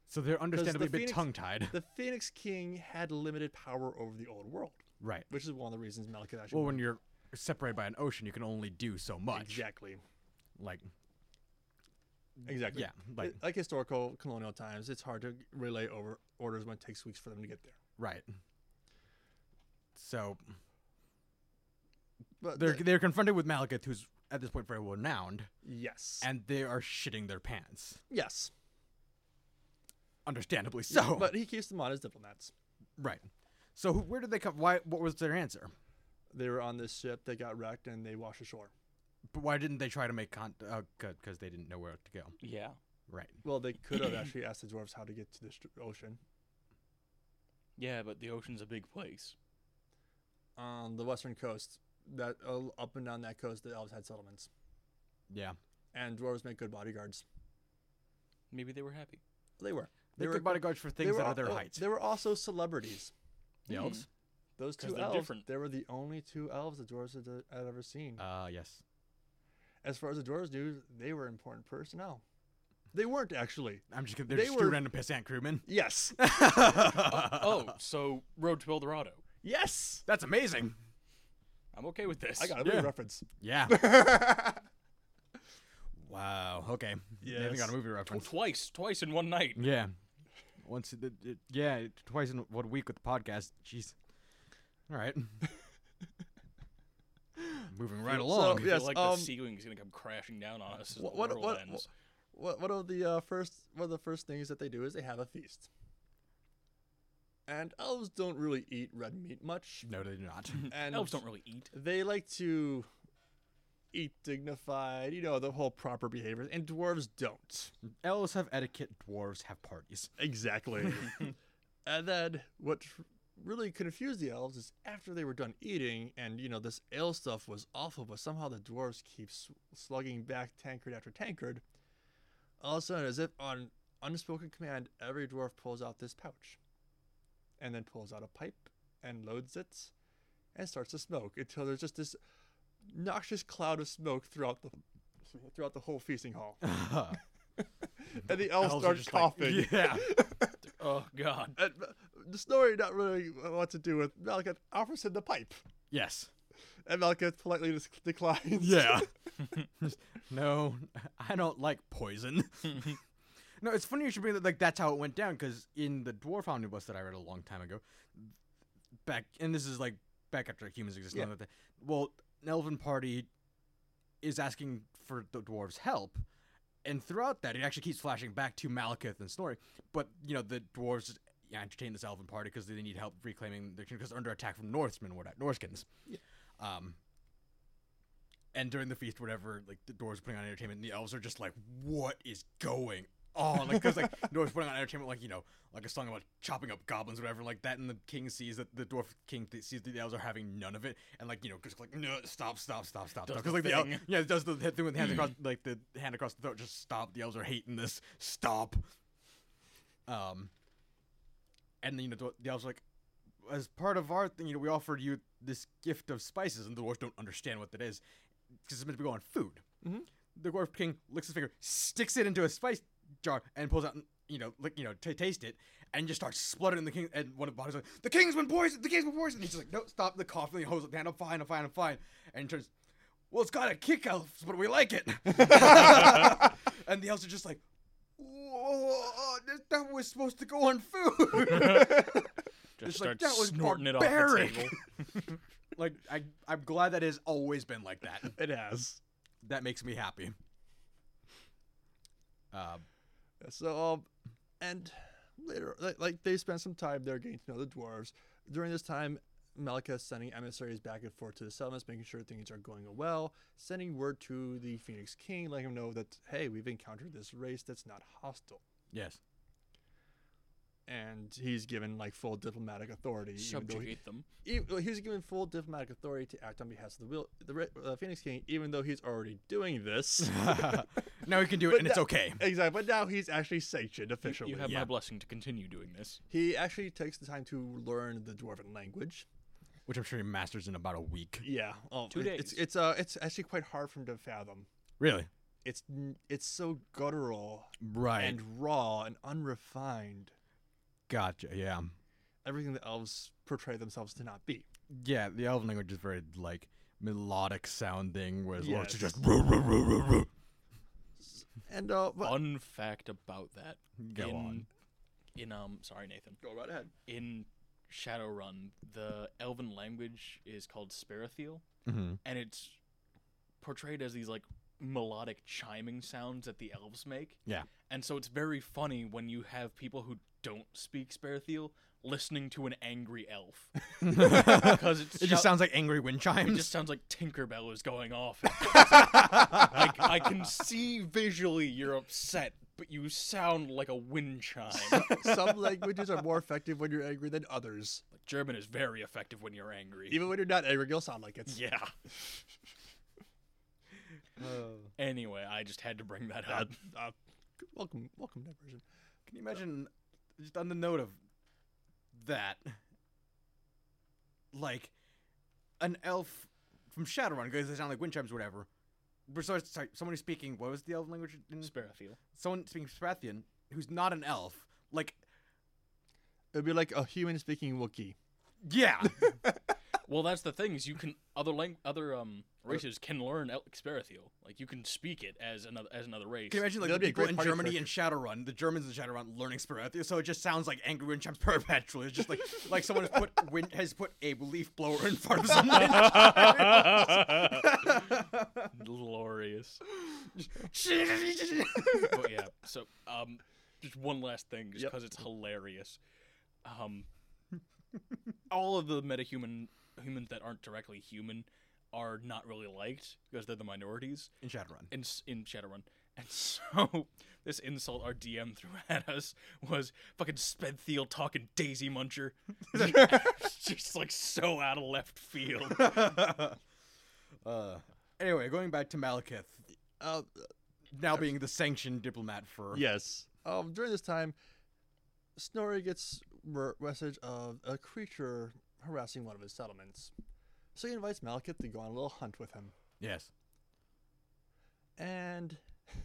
[SPEAKER 1] So they're understandably a bit
[SPEAKER 3] Phoenix-
[SPEAKER 1] tongue tied.
[SPEAKER 3] the Phoenix King had limited power over the old world,
[SPEAKER 1] Right.
[SPEAKER 3] which is one of the reasons Malekith actually.
[SPEAKER 1] Well, when you're separated by an ocean, you can only do so much.
[SPEAKER 3] exactly,
[SPEAKER 1] Like,
[SPEAKER 3] exactly,
[SPEAKER 1] yeah. Like,
[SPEAKER 3] It- like historical colonial times, it's hard to relay over orders when it takes weeks for them to get there.
[SPEAKER 1] right. So
[SPEAKER 3] But
[SPEAKER 1] they're
[SPEAKER 3] the-
[SPEAKER 1] they're confronted with Malekith, who's at this point very renowned,
[SPEAKER 3] yes,
[SPEAKER 1] and they are shitting their pants.
[SPEAKER 3] yes,
[SPEAKER 1] Understandably so.
[SPEAKER 3] but he keeps them on as diplomats.
[SPEAKER 1] right. So who, where did they come? Why? What was their answer?
[SPEAKER 3] They were on this ship that got wrecked and they washed ashore.
[SPEAKER 1] But why didn't they try to make contact? Because they didn't know where to go.
[SPEAKER 2] Yeah.
[SPEAKER 1] Right.
[SPEAKER 3] Well, they could have actually asked the dwarves how to get to the str- ocean.
[SPEAKER 2] Yeah, but the ocean's a big place.
[SPEAKER 3] On the western coast, that uh, up and down that coast, the elves had settlements,
[SPEAKER 1] Yeah.
[SPEAKER 3] and dwarves make good bodyguards.
[SPEAKER 2] Maybe they were happy.
[SPEAKER 3] They were.
[SPEAKER 1] They
[SPEAKER 3] were
[SPEAKER 1] were bodyguards for
[SPEAKER 3] they
[SPEAKER 1] things
[SPEAKER 3] were
[SPEAKER 1] that
[SPEAKER 3] al-
[SPEAKER 1] are their
[SPEAKER 3] oh,
[SPEAKER 1] heights.
[SPEAKER 3] They were also celebrities.
[SPEAKER 1] The
[SPEAKER 2] Hmm.
[SPEAKER 1] elves?
[SPEAKER 3] Those
[SPEAKER 2] 'Cause
[SPEAKER 3] two
[SPEAKER 2] they're
[SPEAKER 3] elves,
[SPEAKER 2] different.
[SPEAKER 3] they were the only two elves the dwarves had, uh, had ever seen.
[SPEAKER 1] Uh, yes.
[SPEAKER 3] as far as the dwarves knew, they were important personnel. They weren't actually.
[SPEAKER 1] I'm just they're
[SPEAKER 3] They
[SPEAKER 1] just
[SPEAKER 3] were-
[SPEAKER 1] two random pissant crewmen.
[SPEAKER 3] Yes.
[SPEAKER 2] Oh, so Road to El Dorado.
[SPEAKER 3] yes.
[SPEAKER 1] That's amazing.
[SPEAKER 2] I'm okay with this.
[SPEAKER 3] I got a movie
[SPEAKER 1] Yeah.
[SPEAKER 3] reference.
[SPEAKER 1] Yeah. wow. Okay. They even
[SPEAKER 3] Yes.
[SPEAKER 1] got a movie
[SPEAKER 2] Tw-
[SPEAKER 1] reference.
[SPEAKER 2] twice, twice in one night.
[SPEAKER 1] Yeah. Once it, it- yeah, twice in one week with the podcast. Jeez. All right. Moving right
[SPEAKER 3] So,
[SPEAKER 1] along.
[SPEAKER 2] I
[SPEAKER 3] yeah. Yes,
[SPEAKER 2] feel like
[SPEAKER 3] um,
[SPEAKER 2] the ceiling is gonna come crashing down on us. As
[SPEAKER 3] What
[SPEAKER 2] the
[SPEAKER 3] what
[SPEAKER 2] world
[SPEAKER 3] what,
[SPEAKER 2] ends.
[SPEAKER 3] what one of the uh, first one of the first things that they do is they have a feast. And elves don't really eat red meat much.
[SPEAKER 1] No, they do not.
[SPEAKER 3] And
[SPEAKER 2] Elves don't really eat.
[SPEAKER 3] they like to eat dignified, you know, the whole proper behavior. And dwarves don't.
[SPEAKER 1] Elves have etiquette. Dwarves have parties.
[SPEAKER 3] Exactly. and then what tr- really confused the elves is after they were done eating, and you know this ale stuff was awful, but somehow the dwarves keep s- slugging back tankard after tankard. All of a sudden, as if on unspoken command, every dwarf pulls out this pouch, and then pulls out a pipe and loads it, and starts to smoke until there's just this noxious cloud of smoke throughout the throughout the whole feasting hall, and the
[SPEAKER 1] Elves
[SPEAKER 3] elves,
[SPEAKER 1] are
[SPEAKER 3] start
[SPEAKER 1] just like,
[SPEAKER 3] coughing.
[SPEAKER 1] yeah.
[SPEAKER 2] Oh God.
[SPEAKER 3] And uh, the story not really what to do with Malekith offers him the pipe,
[SPEAKER 1] Yes.
[SPEAKER 3] and Malekith politely dis- declines.
[SPEAKER 1] Yeah. no, I don't like poison. no, it's funny you should bring that. Like that's how it went down. Because in the dwarf omnibus that I read a long time ago, back and this is like back after humans existed.
[SPEAKER 3] Yeah.
[SPEAKER 1] and all that. Well, an elven party is asking for the dwarves' help. And throughout that, it actually keeps flashing back to Malekith and Snorri. But you know, the dwarves just yeah, entertain this elven party because they need help reclaiming their because they're under attack from Norsemen, or whatnot, Norskins.
[SPEAKER 3] Yeah.
[SPEAKER 1] Um, and during the feast, whatever, like the dwarves are putting on entertainment, and the elves are just like, "What is going on?" Like, because like dwarves putting on entertainment, like you know, like a song about chopping up goblins, or whatever, like that. And the king sees that the dwarf king th- sees that the elves are having none of it, and like you know, just like, "No, stop, stop, stop, stop,
[SPEAKER 2] Does
[SPEAKER 1] stop." Because
[SPEAKER 2] the
[SPEAKER 1] like the el-
[SPEAKER 2] thing.
[SPEAKER 1] yeah, it does the thing with the hand across, like the hand across the throat, just stop. The elves are hating this. Stop. Um, and then you know, the- the elves are like, as part of our thing, you know, we offered you this gift of spices, and the dwarves don't understand what that is because it's meant to go on food.
[SPEAKER 3] Mhm.
[SPEAKER 1] The dwarf king licks his finger, sticks it into a spice jar, and pulls out, you know, lick, you know, t- taste it, and just starts spluttering. The king and one of the bodies like, "The king's been poisoned. The king's been poisoned." And he's just like, "No, stop the coughing." He holds up the hand. I'm fine. I'm fine. I'm fine. And he turns. Well, it's got a kick elves, but we like it. and the elves are just like, "Whoa, that- that was supposed to go on food."
[SPEAKER 2] Just
[SPEAKER 1] It's like,
[SPEAKER 2] start
[SPEAKER 1] that was
[SPEAKER 2] snorting it off the
[SPEAKER 1] barbaric.
[SPEAKER 2] table.
[SPEAKER 1] like I, I'm glad that has always been like that.
[SPEAKER 3] it has.
[SPEAKER 1] That makes me happy. Uh,
[SPEAKER 3] So um, and later, like, like they spend some time there getting to know the dwarves. During this time, Malekith is sending emissaries back and forth to the settlements, making sure things are going well. Sending word to the Phoenix King, letting him know that hey, we've encountered this race that's not hostile.
[SPEAKER 1] yes.
[SPEAKER 3] And he's given like full diplomatic authority. even though he-
[SPEAKER 2] Subjugate them.
[SPEAKER 3] e- well, he was given full diplomatic authority to act on behalf of the, will, the Re- uh, Phoenix King, even though he's already doing this.
[SPEAKER 1] now we can do it,
[SPEAKER 3] But
[SPEAKER 1] and it's
[SPEAKER 3] that-
[SPEAKER 1] okay.
[SPEAKER 3] exactly, but now he's actually sanctioned
[SPEAKER 2] You-
[SPEAKER 3] officially.
[SPEAKER 2] You have
[SPEAKER 1] yeah.
[SPEAKER 2] my blessing to continue doing this.
[SPEAKER 3] he actually takes the time to learn the dwarven language.
[SPEAKER 1] Which I'm sure he masters in about a week.
[SPEAKER 3] Yeah, oh,
[SPEAKER 2] Two
[SPEAKER 3] it- It's
[SPEAKER 2] days.
[SPEAKER 3] it's uh it's actually quite hard for him to fathom.
[SPEAKER 1] Really?
[SPEAKER 3] It's n- it's so guttural
[SPEAKER 1] Right.
[SPEAKER 3] and raw and unrefined.
[SPEAKER 1] gotcha. Yeah.
[SPEAKER 3] Everything the elves portray themselves to not be.
[SPEAKER 1] Yeah. The elven language is very like melodic sounding, whereas orcs are
[SPEAKER 3] Yes.
[SPEAKER 1] just. Roo, roo, roo, roo, roo.
[SPEAKER 3] And uh, but,
[SPEAKER 2] Fun fact about that.
[SPEAKER 1] Go
[SPEAKER 2] in,
[SPEAKER 1] on.
[SPEAKER 2] In um, sorry, Nathan.
[SPEAKER 3] go right ahead.
[SPEAKER 2] In Shadowrun, the Elven language is called Sparathiel,
[SPEAKER 1] Mm-hmm.
[SPEAKER 2] and it's portrayed as these like melodic chiming sounds that the elves make.
[SPEAKER 1] Yeah.
[SPEAKER 2] And so it's very funny when you have people who don't speak Sparathiel listening to an angry elf because it's
[SPEAKER 1] It just
[SPEAKER 2] shout-
[SPEAKER 1] sounds like angry wind
[SPEAKER 2] it
[SPEAKER 1] chimes.
[SPEAKER 2] just sounds like Tinkerbell is going off. like I can see visually you're upset, but you sound like a wind chime.
[SPEAKER 3] Some languages are more effective when you're angry than others.
[SPEAKER 2] Like German is very effective when you're angry.
[SPEAKER 3] Even when you're not angry, you'll sound like it.
[SPEAKER 2] yeah. Anyway, I just had to bring that
[SPEAKER 3] Uh,
[SPEAKER 2] up.
[SPEAKER 3] uh, welcome, welcome to that version.
[SPEAKER 1] Can you imagine, just on the note of that, like an elf from Shadowrun goes, they sound like wind chimes, or whatever. we're sorry, sorry, someone who's speaking what was the elven language? In,
[SPEAKER 2] Sparathiel.
[SPEAKER 1] someone speaking Sparathian who's not an elf. Like,
[SPEAKER 3] It'd be like a human speaking Wookiee.
[SPEAKER 1] yeah,
[SPEAKER 2] Well, that's the thing is you can other lang- other um races can learn El- Sparathiel. Like you can speak it as another as another race.
[SPEAKER 1] Can you imagine like
[SPEAKER 3] That'd
[SPEAKER 1] the
[SPEAKER 3] be a
[SPEAKER 1] people
[SPEAKER 3] great
[SPEAKER 1] in
[SPEAKER 3] party
[SPEAKER 1] Germany and Shadowrun, the Germans in Shadowrun learning Sparathia, so it just sounds like angry wind chimes perpetually. It's just like like someone has put wind has put a leaf blower in front of someone.
[SPEAKER 2] Glorious. but yeah, so um, just one last thing, just
[SPEAKER 3] Yep.
[SPEAKER 2] because it's hilarious. Um, all of the metahuman humans that aren't directly human are not really liked because they're the minorities
[SPEAKER 1] in Shadowrun.
[SPEAKER 2] in s- in Shadowrun. And so this insult our DM threw at us was fucking Spedthiel talking Daisy Muncher. It's just like so out of left field.
[SPEAKER 1] Uh, anyway, going back to Malekith,
[SPEAKER 3] Uh,
[SPEAKER 1] now being the sanctioned diplomat for
[SPEAKER 3] yes. Um, during this time, Snorri gets mer- message of a creature harassing one of his settlements. So he invites Malekith to go on a little hunt with him.
[SPEAKER 1] yes,
[SPEAKER 3] And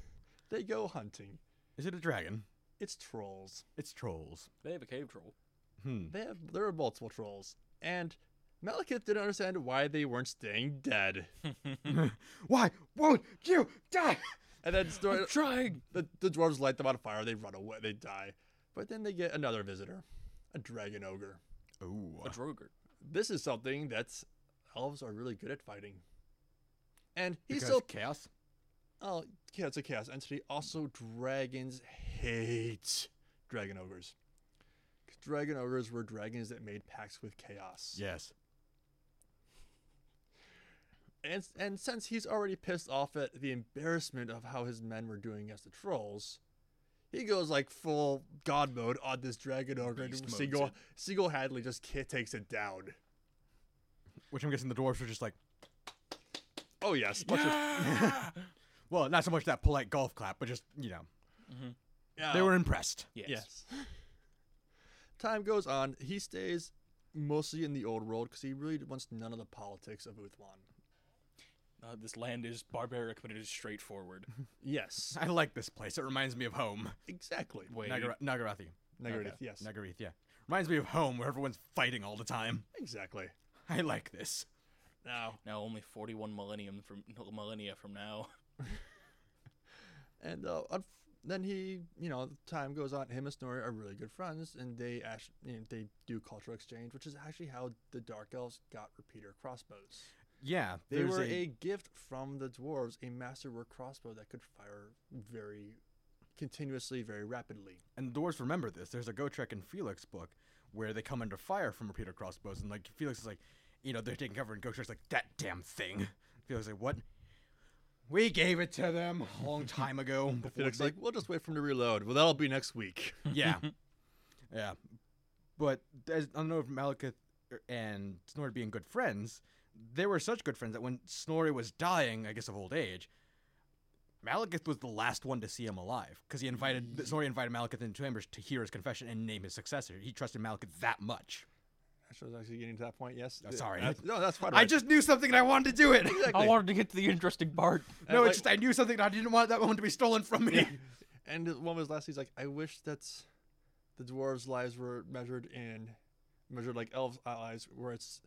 [SPEAKER 3] they go hunting.
[SPEAKER 1] is it a dragon?
[SPEAKER 3] It's trolls.
[SPEAKER 1] It's trolls.
[SPEAKER 2] They have a cave troll.
[SPEAKER 1] Hmm.
[SPEAKER 3] They have there are multiple trolls. And Malekith didn't understand why they weren't staying dead.
[SPEAKER 1] Why won't you die?
[SPEAKER 3] And then Snorri,
[SPEAKER 2] Trying.
[SPEAKER 3] the, the dwarves light them on fire, they run away, they die. But then they get another visitor, a dragon ogre.
[SPEAKER 1] Ooh.
[SPEAKER 2] A droger.
[SPEAKER 3] This is something that's elves are really good at fighting. And he's
[SPEAKER 1] Because
[SPEAKER 3] still
[SPEAKER 1] chaos.
[SPEAKER 3] oh yeah, it's a chaos entity. Also, dragons hate dragon ogres. 'Cause Dragon ogres were dragons that made pacts with chaos.
[SPEAKER 1] Yes.
[SPEAKER 3] And and since he's already pissed off at the embarrassment of how his men were doing against the trolls, he goes like full god mode on this dragon ogre
[SPEAKER 2] Beast
[SPEAKER 3] and
[SPEAKER 2] modes
[SPEAKER 3] single
[SPEAKER 2] it.
[SPEAKER 3] single handedly just ki- takes it down.
[SPEAKER 1] Which I'm guessing the dwarves were just like,
[SPEAKER 3] Oh yes, much of-
[SPEAKER 1] well, not so much that polite golf clap, but just you know,
[SPEAKER 3] yeah,
[SPEAKER 1] they were impressed.
[SPEAKER 2] Yes.
[SPEAKER 3] yes. Time goes on. He stays mostly in the old world because he really wants none of the politics of Uthwan.
[SPEAKER 2] Uh, this land is barbaric, but it is straightforward.
[SPEAKER 3] Yes,
[SPEAKER 1] I like this place. It reminds me of home.
[SPEAKER 3] exactly.
[SPEAKER 2] Wait,
[SPEAKER 1] Nagara- Nagarathi.
[SPEAKER 3] Negative.
[SPEAKER 2] okay.
[SPEAKER 3] Yes,
[SPEAKER 1] Nagarith, yeah. Reminds me of home where everyone's fighting all the time.
[SPEAKER 3] exactly.
[SPEAKER 1] I like this.
[SPEAKER 3] Now
[SPEAKER 2] now only 41 millennium from no, millennia from now.
[SPEAKER 3] And uh, unf- then he, you know, time goes on. Him and Snorri are really good friends, and they actually you know, they do cultural exchange, which is actually how the Dark Elves got repeater crossbows.
[SPEAKER 1] Yeah.
[SPEAKER 3] They
[SPEAKER 1] there's
[SPEAKER 3] were a... gift from the dwarves, a masterwork crossbow that could fire very continuously, very rapidly.
[SPEAKER 1] and the dwarves remember this. There's a Gotrek and Felix book where they come under fire from repeater crossbows, and like Felix is like, you know, they're taking cover, and Gotrek's like, that damn thing. Felix is like, what? We gave it to them a long time ago. Before
[SPEAKER 3] Felix
[SPEAKER 1] they-
[SPEAKER 3] like, we'll just wait for him to reload. Well, that'll be next week.
[SPEAKER 1] yeah, yeah. But as, I don't know if Malekith er, and Snorri being good friends, they were such good friends that when Snorri was dying, I guess of old age, Malekith was the last one to see him alive because he invited Snorri invited Malekith into Ambush to hear his confession and name his successor. He trusted Malekith that much.
[SPEAKER 3] Actually, I was actually getting to that point. Yes.
[SPEAKER 1] Oh, sorry.
[SPEAKER 3] That's- no, that's fine.
[SPEAKER 1] I just knew something and I wanted to do it.
[SPEAKER 3] Exactly.
[SPEAKER 2] wanted to get to the interesting part.
[SPEAKER 1] no,
[SPEAKER 3] like-
[SPEAKER 1] it's just I knew something and I didn't want that one to be stolen from me.
[SPEAKER 3] And one was last. He's like, I wish that the dwarves' lives were measured in measured like elves' lives, where it's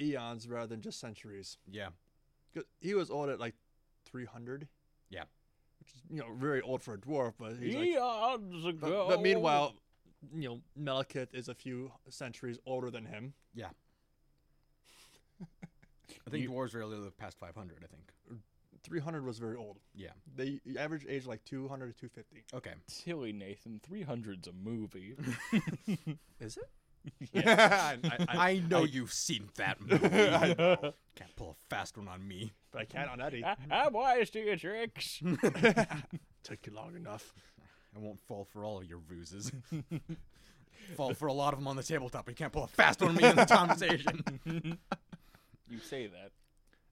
[SPEAKER 3] eons rather than just centuries.
[SPEAKER 1] yeah.
[SPEAKER 3] 'Cause he was old at like 300.
[SPEAKER 1] Yeah.
[SPEAKER 3] which is you know very old for a dwarf, but he's like.
[SPEAKER 2] Eons
[SPEAKER 3] But,
[SPEAKER 2] ago.
[SPEAKER 3] but meanwhile, you know, Malekith is a few centuries older than him.
[SPEAKER 1] I think dwarves rarely live past 500, I think.
[SPEAKER 3] 300 was very old.
[SPEAKER 1] Yeah.
[SPEAKER 3] They average age like 200 to 250.
[SPEAKER 1] Okay.
[SPEAKER 2] Tilly Nathan, 300's a movie.
[SPEAKER 3] Is it?
[SPEAKER 2] Yeah.
[SPEAKER 3] I, I,
[SPEAKER 1] I know you've seen that movie.
[SPEAKER 3] I
[SPEAKER 1] Can't pull a fast one on me.
[SPEAKER 3] but I can't on Eddie.
[SPEAKER 2] I, I'm wise to your tricks.
[SPEAKER 3] Took you long enough.
[SPEAKER 1] I won't fall for all of your ruses. fall for a lot of them on the tabletop, but you can't pull a fast one on me in the conversation.
[SPEAKER 2] You say that.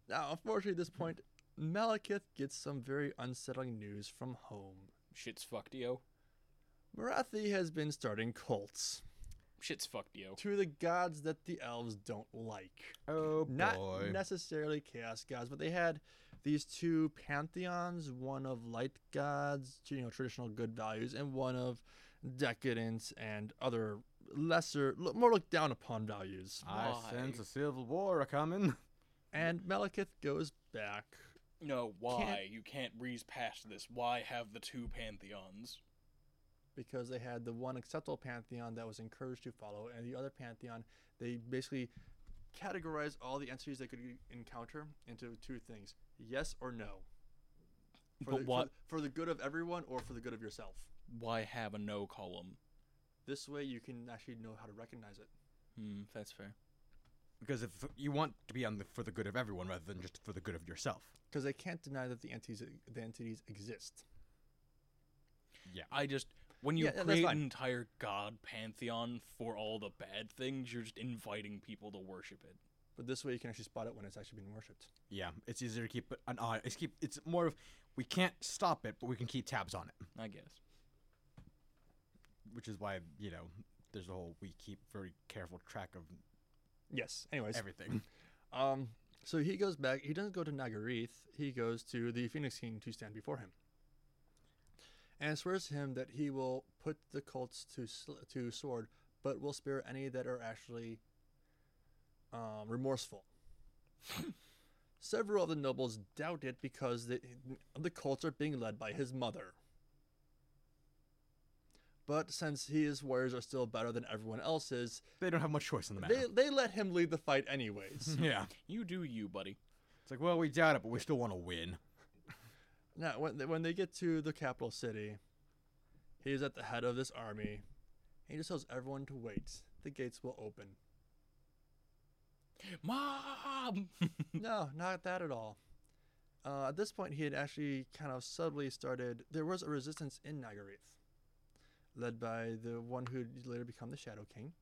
[SPEAKER 3] Now, unfortunately, at this point, Malekith gets some very unsettling news from home.
[SPEAKER 2] Shit's fucked, yo.
[SPEAKER 3] Marathi has been starting cults
[SPEAKER 2] Shit's fucked, yo.
[SPEAKER 3] to the gods that the elves don't like.
[SPEAKER 1] Oh
[SPEAKER 3] Not necessarily chaos gods, but they had these two pantheons, one of light gods, you know, traditional good values, and one of decadence and other lesser, lo- more looked down upon values.
[SPEAKER 1] I
[SPEAKER 2] Why?
[SPEAKER 1] sense a civil war a coming.
[SPEAKER 3] And Malekith goes back.
[SPEAKER 2] No, why? You can't breeze past this. Why have the two pantheons?
[SPEAKER 3] because they had the one acceptable pantheon that was encouraged to follow, and the other pantheon, they basically categorized all the entities they could encounter into two things yes or no. For
[SPEAKER 2] But
[SPEAKER 3] the,
[SPEAKER 2] what-
[SPEAKER 3] For, for the good of everyone or for the good of yourself.
[SPEAKER 2] Why have a no column?
[SPEAKER 3] This way you can actually know how to recognize it.
[SPEAKER 2] Hmm, that's fair.
[SPEAKER 1] Because if you want to be on the, for the good of everyone rather than just for the good of yourself.
[SPEAKER 3] Because they can't deny that the entities, the entities exist.
[SPEAKER 2] I just when you
[SPEAKER 3] Yeah, that's
[SPEAKER 2] create
[SPEAKER 3] fine.
[SPEAKER 2] an entire god pantheon for all the bad things, you're just inviting people to worship it.
[SPEAKER 3] But this way you can actually spot it when it's actually being worshipped.
[SPEAKER 1] Yeah, it's easier to keep an eye. It's keep. It's more of we can't stop it, but we can keep tabs on it,
[SPEAKER 2] I guess.
[SPEAKER 1] which is why you know there's a whole we keep very careful track of
[SPEAKER 3] Yes. Anyways.
[SPEAKER 1] everything.
[SPEAKER 3] Um, so he goes back. He doesn't go to Nagarith. He goes to the Phoenix King to stand before him, and swears to him that he will put the cults to sl- to sword, but will spare any that are actually um, remorseful. Several of the nobles doubt it because the, the cults are being led by his mother. But since his warriors are still better than everyone else's,
[SPEAKER 1] they don't have much choice in the
[SPEAKER 3] they,
[SPEAKER 1] matter.
[SPEAKER 3] they let him lead the fight anyways.
[SPEAKER 1] yeah,
[SPEAKER 2] You do you, buddy.
[SPEAKER 1] it's like well we doubt it, but we still want to win.
[SPEAKER 3] Now, when they, when they get to the capital city, he's at the head of this army. He just tells everyone to wait. The gates will open.
[SPEAKER 2] Mom
[SPEAKER 3] no, not that at all. Uh, at this point, he had actually kind of subtly started. There was a resistance in Nagarith, led by the one who would later become the Shadow King,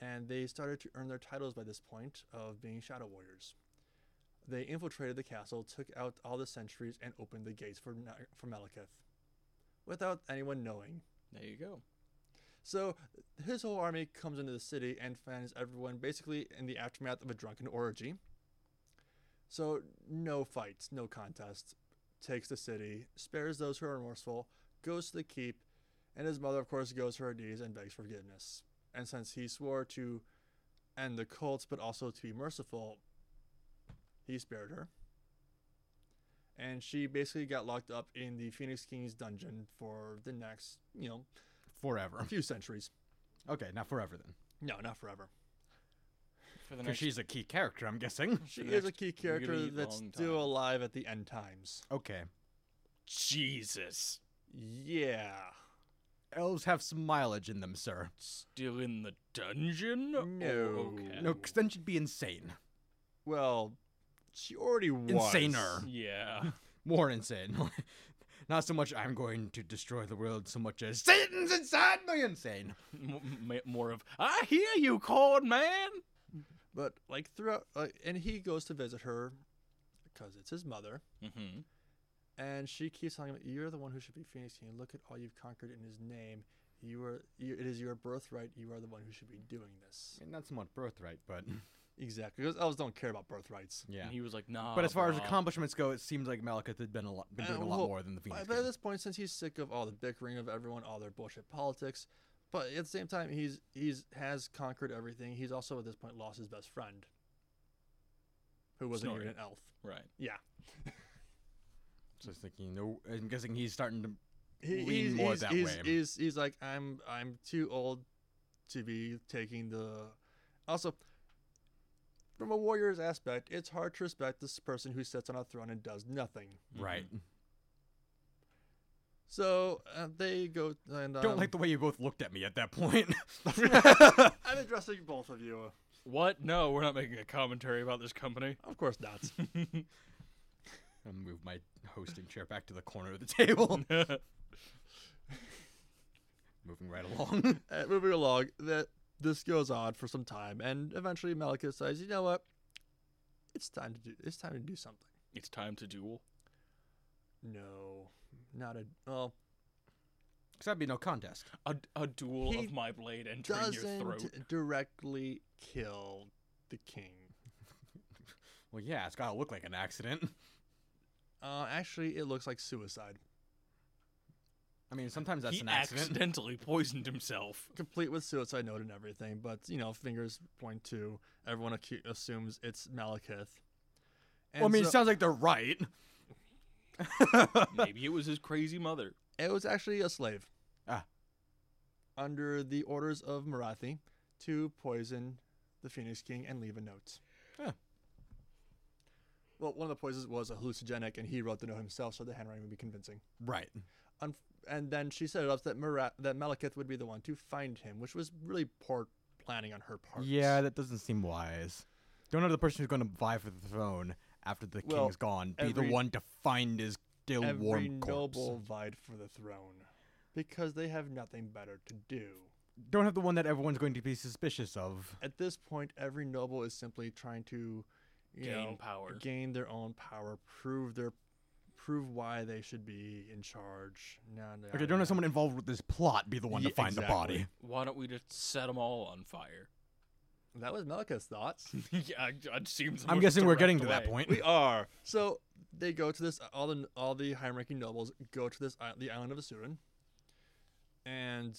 [SPEAKER 3] and they started to earn their titles by this point of being Shadow Warriors. They infiltrated the castle, took out all the sentries, and opened the gates for Na- for Malekith, without anyone knowing.
[SPEAKER 2] There you go.
[SPEAKER 3] So his whole army comes into the city and finds everyone basically in the aftermath of a drunken orgy. So no fights, no contest. Takes the city, spares those who are remorseful, goes to the keep, and his mother, of course, goes to her knees and begs forgiveness. And since he swore to end the cults but also to be merciful, he spared her. And she basically got locked up in the Phoenix King's dungeon for the next, you know,
[SPEAKER 1] Forever.
[SPEAKER 3] few centuries.
[SPEAKER 1] Okay, not forever then.
[SPEAKER 3] No, not forever.
[SPEAKER 2] For the
[SPEAKER 1] Because
[SPEAKER 2] next
[SPEAKER 1] she's a key character, I'm guessing.
[SPEAKER 3] She
[SPEAKER 2] the
[SPEAKER 3] is a
[SPEAKER 2] next
[SPEAKER 3] key character
[SPEAKER 2] really
[SPEAKER 3] that's
[SPEAKER 2] long
[SPEAKER 3] still
[SPEAKER 2] time.
[SPEAKER 3] alive at the end times.
[SPEAKER 1] Okay,
[SPEAKER 2] Jesus.
[SPEAKER 3] Yeah.
[SPEAKER 1] elves have some mileage in them, sir.
[SPEAKER 2] Still in the dungeon? Oh,
[SPEAKER 3] No.
[SPEAKER 2] okay.
[SPEAKER 1] No, 'cause then she'd be insane,
[SPEAKER 3] Well, she already was.
[SPEAKER 1] insaner,
[SPEAKER 2] Yeah.
[SPEAKER 1] more insane. Not so much I'm going to destroy the world, so much as Satan's inside me, insane.
[SPEAKER 2] M- m- more of I hear you, corn man.
[SPEAKER 3] But like throughout, uh, and he goes to visit her because it's his mother,
[SPEAKER 2] Mm-hmm.
[SPEAKER 3] and she keeps telling him, "You're the one who should be Phoenix King. Look at all you've conquered in his name. You are. You, it is your birthright. You are the one who should be doing this."
[SPEAKER 1] I mean, not so much birthright, but
[SPEAKER 3] Exactly, because elves don't care about birthrights.
[SPEAKER 1] yeah.
[SPEAKER 2] And he was like, nah.
[SPEAKER 1] But as far as
[SPEAKER 2] brah."
[SPEAKER 1] accomplishments go, it seems like Malekith had been a lot, been
[SPEAKER 3] Uh,
[SPEAKER 1] doing a lot
[SPEAKER 3] well,
[SPEAKER 1] more than the Phoenix.
[SPEAKER 3] But at
[SPEAKER 1] King.
[SPEAKER 3] this point, since he's sick of all the bickering of everyone, all their bullshit politics, but at the same time, he's he's has conquered everything. He's also at this point lost his best friend, who wasn't even an
[SPEAKER 2] Snorri.
[SPEAKER 3] elf.
[SPEAKER 2] right,
[SPEAKER 3] Yeah,
[SPEAKER 1] So I was thinking, no, I'm guessing he's starting to.
[SPEAKER 3] Mm-hmm. he,
[SPEAKER 1] Lean
[SPEAKER 3] he's,
[SPEAKER 1] more
[SPEAKER 3] he's,
[SPEAKER 1] that
[SPEAKER 3] he's,
[SPEAKER 1] way.
[SPEAKER 3] he's he's like I'm I'm too old to be taking the. Also, from a warrior's aspect, it's hard to respect this person who sits on a throne and does nothing.
[SPEAKER 2] Mm-hmm.
[SPEAKER 1] Right.
[SPEAKER 3] So uh, they go and um,
[SPEAKER 1] Don't like the way you both looked at me at that point.
[SPEAKER 3] I'm addressing both of you.
[SPEAKER 2] What? No, we're not making a commentary about this company.
[SPEAKER 3] Of course not.
[SPEAKER 1] I move my hosting chair back to the corner of the table. Moving right along.
[SPEAKER 3] uh, moving along, that this goes on for some time, and eventually Malekith decides, you know what, it's time to do. It's time to do something.
[SPEAKER 2] it's time to duel.
[SPEAKER 3] No, not a. Well,
[SPEAKER 1] Because that'd be no contest.
[SPEAKER 2] A, a duel
[SPEAKER 3] He
[SPEAKER 2] of my blade entering your throat.
[SPEAKER 3] doesn't directly kill the king.
[SPEAKER 1] Well, yeah, it's got to look like an accident.
[SPEAKER 3] Uh, actually, it looks like suicide,
[SPEAKER 1] I mean, sometimes that's
[SPEAKER 2] he
[SPEAKER 1] an accident.
[SPEAKER 2] accidentally poisoned himself.
[SPEAKER 3] complete with suicide note and everything. But you know, fingers point to everyone acu- assumes it's Malekith. And
[SPEAKER 1] Well, I mean,
[SPEAKER 3] so-
[SPEAKER 1] it sounds like they're right.
[SPEAKER 2] Maybe it was his crazy mother.
[SPEAKER 3] It was actually a slave.
[SPEAKER 1] Ah.
[SPEAKER 3] Under the orders of Marathi to poison the Phoenix King and leave a note.
[SPEAKER 1] Huh.
[SPEAKER 3] Well, one of the poisons was a hallucinogenic, and he wrote the note himself, so the handwriting would be convincing.
[SPEAKER 1] right.
[SPEAKER 3] Unf and then she set it up that Mara- that Malekith would be the one to find him, which was really poor planning on her part.
[SPEAKER 1] Yeah, that doesn't seem wise. Don't have the person who's going to vie for the throne after the
[SPEAKER 3] Well,
[SPEAKER 1] king's gone be
[SPEAKER 3] every-
[SPEAKER 1] the one to find his still
[SPEAKER 3] every
[SPEAKER 1] warm corpse.
[SPEAKER 3] noble vied for the throne because they have nothing better to do.
[SPEAKER 1] Don't have the one that everyone's going to be suspicious of.
[SPEAKER 3] At this point, every noble is simply trying to, you
[SPEAKER 2] Gain
[SPEAKER 3] know,
[SPEAKER 2] power.
[SPEAKER 3] gain their own power, prove their prove why they should be in charge. Nah, nah,
[SPEAKER 1] Okay, don't have someone involved with this plot be the one
[SPEAKER 3] Ye-
[SPEAKER 1] to find the body.
[SPEAKER 3] exactly.
[SPEAKER 2] Why don't we just set them all on fire?
[SPEAKER 3] That was Melika's thoughts.
[SPEAKER 2] yeah, it seems. the
[SPEAKER 1] I'm
[SPEAKER 2] most
[SPEAKER 1] guessing we're
[SPEAKER 2] direct
[SPEAKER 1] getting to that
[SPEAKER 2] way.
[SPEAKER 1] point.
[SPEAKER 3] we are. So they go to this. All the all the high-ranking nobles go to this i- the island of Asurin, and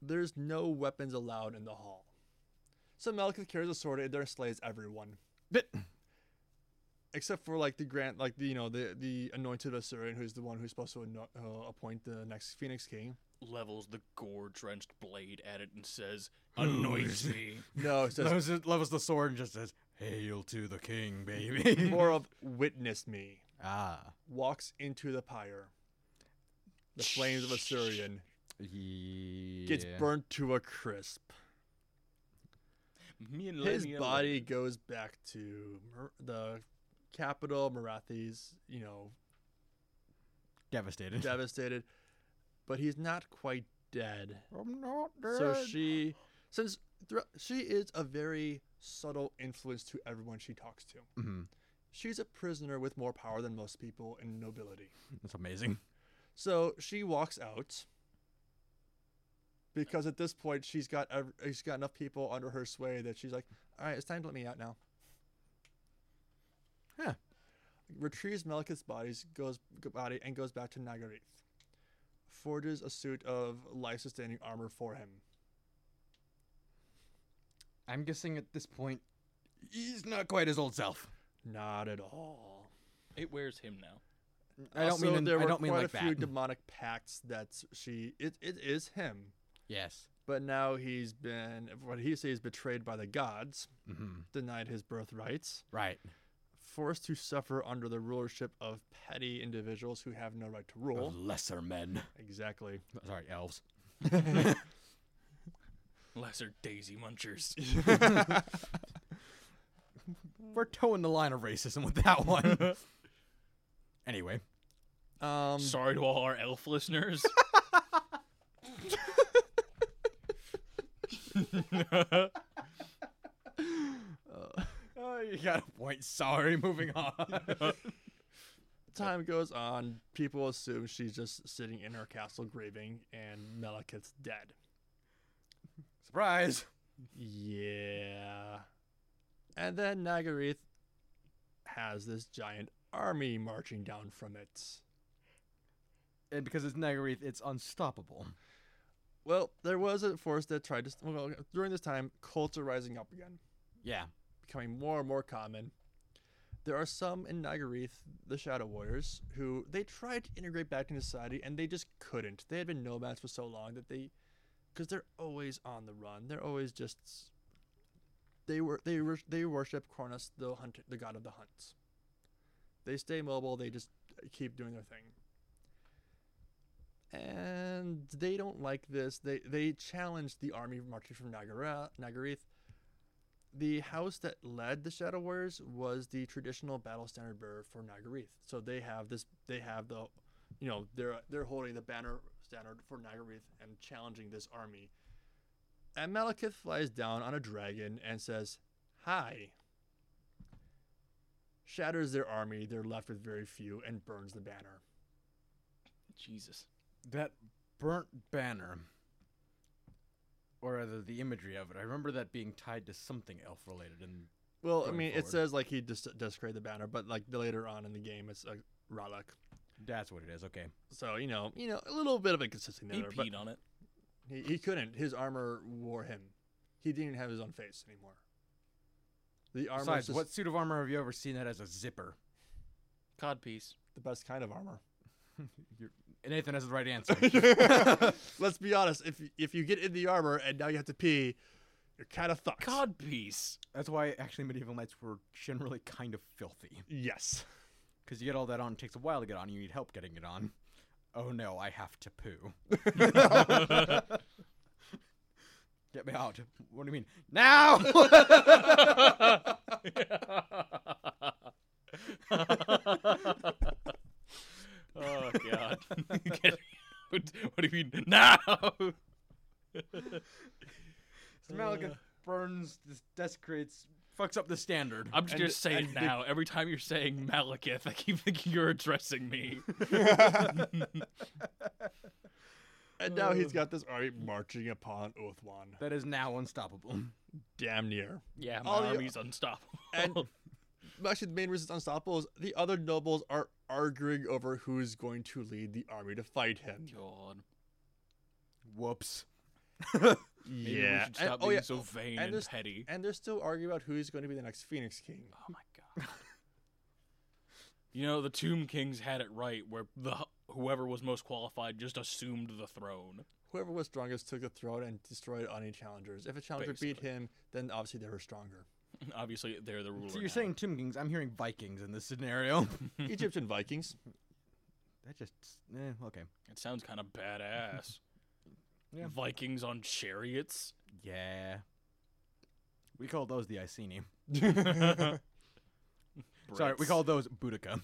[SPEAKER 3] there's no weapons allowed in the hall. So Melika carries a sword and there slays everyone.
[SPEAKER 1] But-
[SPEAKER 3] except for like the grant like the you know the the anointed Assyrian who's the one who's supposed to ano- uh, appoint the next Phoenix King.
[SPEAKER 2] Levels the gore-drenched blade at it and says, "Anoint me."
[SPEAKER 3] No, it says
[SPEAKER 1] levels, it- levels the sword and just says, "Hail to the king, baby."
[SPEAKER 3] more of witness me.
[SPEAKER 1] ah,
[SPEAKER 3] Walks into the pyre, the flames of Assyrian
[SPEAKER 1] yeah.
[SPEAKER 3] gets burnt to a crisp.
[SPEAKER 2] Me and
[SPEAKER 3] His
[SPEAKER 2] Lenny and
[SPEAKER 3] body goes back to Mer- the capital Marathi's. You know,
[SPEAKER 1] Devastated.
[SPEAKER 3] devastated, but he's not quite dead.
[SPEAKER 1] I'm not dead.
[SPEAKER 3] So she, since thro- she is a very subtle influence to everyone she talks to,
[SPEAKER 1] Mhm.
[SPEAKER 3] she's a prisoner with more power than most people in nobility.
[SPEAKER 1] That's amazing.
[SPEAKER 3] So she walks out because at this point she's got ev- she's got enough people under her sway that she's like, all right, it's time to let me out now.
[SPEAKER 1] Huh.
[SPEAKER 3] Retrieves Melikith's bodies, goes body and goes back to Nagarith. Forges a suit of life-sustaining armor for him.
[SPEAKER 1] I'm guessing at this point, he's not quite his old self.
[SPEAKER 3] Not at all.
[SPEAKER 2] It wears him now.
[SPEAKER 1] I don't
[SPEAKER 3] also,
[SPEAKER 1] mean. in-
[SPEAKER 3] there
[SPEAKER 1] I
[SPEAKER 3] were
[SPEAKER 1] don't mean
[SPEAKER 3] quite
[SPEAKER 1] like
[SPEAKER 3] a few
[SPEAKER 1] that.
[SPEAKER 3] demonic pacts that she it, it is him,
[SPEAKER 1] yes.
[SPEAKER 3] but now he's been what he says betrayed by the gods,
[SPEAKER 1] hmm
[SPEAKER 3] denied his birthrights,
[SPEAKER 1] Right.
[SPEAKER 3] forced to suffer under the rulership of petty individuals who have no right to
[SPEAKER 1] Of
[SPEAKER 3] rule.
[SPEAKER 1] lesser men.
[SPEAKER 3] Exactly.
[SPEAKER 1] Sorry, elves.
[SPEAKER 2] Lesser Daisy Munchers.
[SPEAKER 1] We're towing the line of racism with that one. anyway,
[SPEAKER 3] Um,
[SPEAKER 2] Sorry to all our elf listeners.
[SPEAKER 1] oh, you got a point. Sorry. Moving on.
[SPEAKER 3] time goes on. People assume she's just sitting in her castle grieving, and Melikith's dead.
[SPEAKER 1] Surprise.
[SPEAKER 3] Yeah. And then Nagarith has this giant army marching down from it.
[SPEAKER 1] And because it's Nagarith, it's unstoppable.
[SPEAKER 3] Well, there was a force that tried to. St- well, during this time, cults are rising up again,
[SPEAKER 1] Yeah.
[SPEAKER 3] becoming more and more common. There are some in Nagarith, the Shadow Warriors, who they tried to integrate back into society and they just couldn't. They had been nomads for so long that they. Because they're always on the run. They're always just. They were they wor- they worship Cronus, the hunt, the god of the hunt. They stay mobile. They just keep doing their thing. And they don't like this. They they challenged the army marching from Nagara, Nagarith. The house that led the Shadow Warriors was the traditional battle standard bearer for Nagarith. So they have this. They have the, you know, they're they're holding the banner standard for Nagarith and challenging this army. And Malekith flies down on a dragon and says, "Hi." Shatters their army. They're left with very few and burns the banner.
[SPEAKER 2] Jesus.
[SPEAKER 1] That burnt banner, or rather the imagery of it, I remember that being tied to something elf related in
[SPEAKER 3] Well, I
[SPEAKER 1] going
[SPEAKER 3] mean, it
[SPEAKER 1] forward.
[SPEAKER 3] says like he dis- desecrated the banner, but like the- later on in the game, it's like Ralak.
[SPEAKER 1] That's what it is. Okay.
[SPEAKER 3] So you know, you know, a little bit of inconsistency
[SPEAKER 2] He
[SPEAKER 1] E
[SPEAKER 3] there, but
[SPEAKER 2] peed on it.
[SPEAKER 3] he, he couldn't. His armor wore him. He didn't even have his own face anymore. The armor
[SPEAKER 1] Besides,
[SPEAKER 3] just
[SPEAKER 1] what suit of armor have you ever seen that has a zipper?
[SPEAKER 2] Codpiece.
[SPEAKER 3] the best kind of armor.
[SPEAKER 1] You're, Nathan has the right answer.
[SPEAKER 3] Let's be honest. If you- if you get in the armor and now you have to pee, you're kind of fucked.
[SPEAKER 2] Codpiece.
[SPEAKER 1] That's why actually medieval knights were generally kind of filthy.
[SPEAKER 3] Yes.
[SPEAKER 1] Because you get all that on, it takes a while to get on, you need help getting it on. Oh no, I have to poo. Get me out. What do you mean? Now!
[SPEAKER 2] oh god. Get- what do you mean now?
[SPEAKER 1] Smelga burns, this desecrates, fucks up the standard.
[SPEAKER 2] I'm just
[SPEAKER 3] And-
[SPEAKER 2] gonna say
[SPEAKER 3] and
[SPEAKER 2] it
[SPEAKER 3] the-
[SPEAKER 2] now. Every time you're saying Malekith, I keep thinking you're addressing me.
[SPEAKER 3] And now he's got this army marching upon Othwan.
[SPEAKER 1] That is now unstoppable.
[SPEAKER 3] Damn near.
[SPEAKER 2] Oh, Yeah, my
[SPEAKER 3] All you-
[SPEAKER 2] army's unstoppable.
[SPEAKER 3] And actually, the main reason it's unstoppable is the other nobles are arguing over who's going to lead the army to fight him.
[SPEAKER 2] God.
[SPEAKER 1] Whoops.
[SPEAKER 2] Maybe we should
[SPEAKER 3] and,
[SPEAKER 2] stop
[SPEAKER 3] oh,
[SPEAKER 2] being
[SPEAKER 3] yeah.
[SPEAKER 2] so vain
[SPEAKER 3] and
[SPEAKER 2] and,
[SPEAKER 3] there's-
[SPEAKER 2] petty.
[SPEAKER 3] and they're still arguing about who's going to be the next Phoenix King.
[SPEAKER 2] Oh my god. you know, the Tomb Kings had it right where the whoever was most qualified just assumed the throne.
[SPEAKER 3] Whoever was strongest took the throne and destroyed any challengers. If a challenger beat
[SPEAKER 2] Basically.
[SPEAKER 3] him, then obviously they were stronger.
[SPEAKER 2] Obviously, they're the ruler.
[SPEAKER 1] So you're
[SPEAKER 2] now.
[SPEAKER 1] saying Tim Kings, I'm hearing Vikings in this scenario.
[SPEAKER 3] Egyptian Vikings.
[SPEAKER 1] that just. Eh, okay.
[SPEAKER 2] it sounds kind of badass.
[SPEAKER 1] Yeah.
[SPEAKER 2] Vikings on chariots.
[SPEAKER 1] Yeah. We call those the Iceni. Sorry, we
[SPEAKER 2] Brits.
[SPEAKER 1] call those Boudica.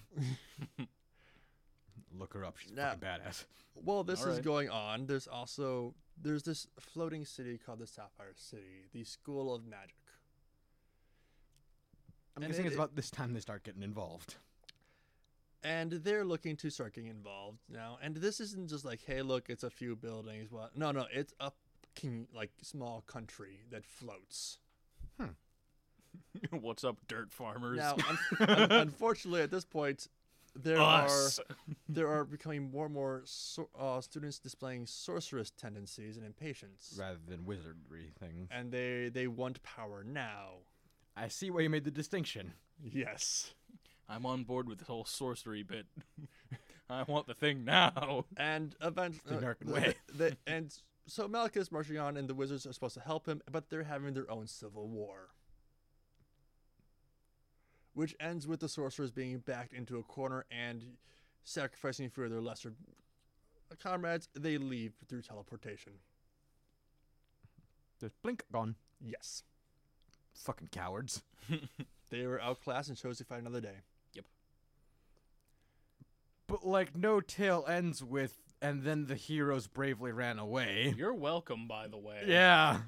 [SPEAKER 1] Look her up. She's
[SPEAKER 3] Yeah.
[SPEAKER 1] fucking badass.
[SPEAKER 3] Well, this is
[SPEAKER 2] Alright.
[SPEAKER 3] going on. There's also there's this floating city called the Sapphire City, the School of Magic.
[SPEAKER 1] I'm
[SPEAKER 3] And
[SPEAKER 1] guessing
[SPEAKER 3] it-
[SPEAKER 1] it's
[SPEAKER 3] it-
[SPEAKER 1] about this time they start getting involved.
[SPEAKER 3] And they're looking to start getting involved now. And this isn't just like, hey, look, it's a few buildings. What? No, no, it's a king, like small country that floats.
[SPEAKER 2] What's up, dirt farmers?
[SPEAKER 3] Now, un- un- unfortunately, at this point, there are
[SPEAKER 2] Us.
[SPEAKER 3] there are becoming more and more sor- uh, students displaying sorceress tendencies and impatience,
[SPEAKER 1] rather than wizardry things.
[SPEAKER 3] and they they want power now.
[SPEAKER 1] I see why you made the distinction.
[SPEAKER 3] Yes.
[SPEAKER 2] I'm on board with this whole sorcery bit. I want the thing now.
[SPEAKER 3] And eventually,
[SPEAKER 1] the American way.
[SPEAKER 3] and so Malekith is marching on, and the wizards are supposed to help him, but they're having their own civil war, which ends with the sorcerers being backed into a corner and sacrificing for their lesser comrades. They leave through teleportation.
[SPEAKER 1] Just blink, gone.
[SPEAKER 3] Yes,
[SPEAKER 1] Fucking cowards.
[SPEAKER 3] they were outclassed and chose to fight another day.
[SPEAKER 1] But like, no tale ends with, and then the heroes bravely ran away.
[SPEAKER 2] You're welcome, by the way.
[SPEAKER 1] Yeah.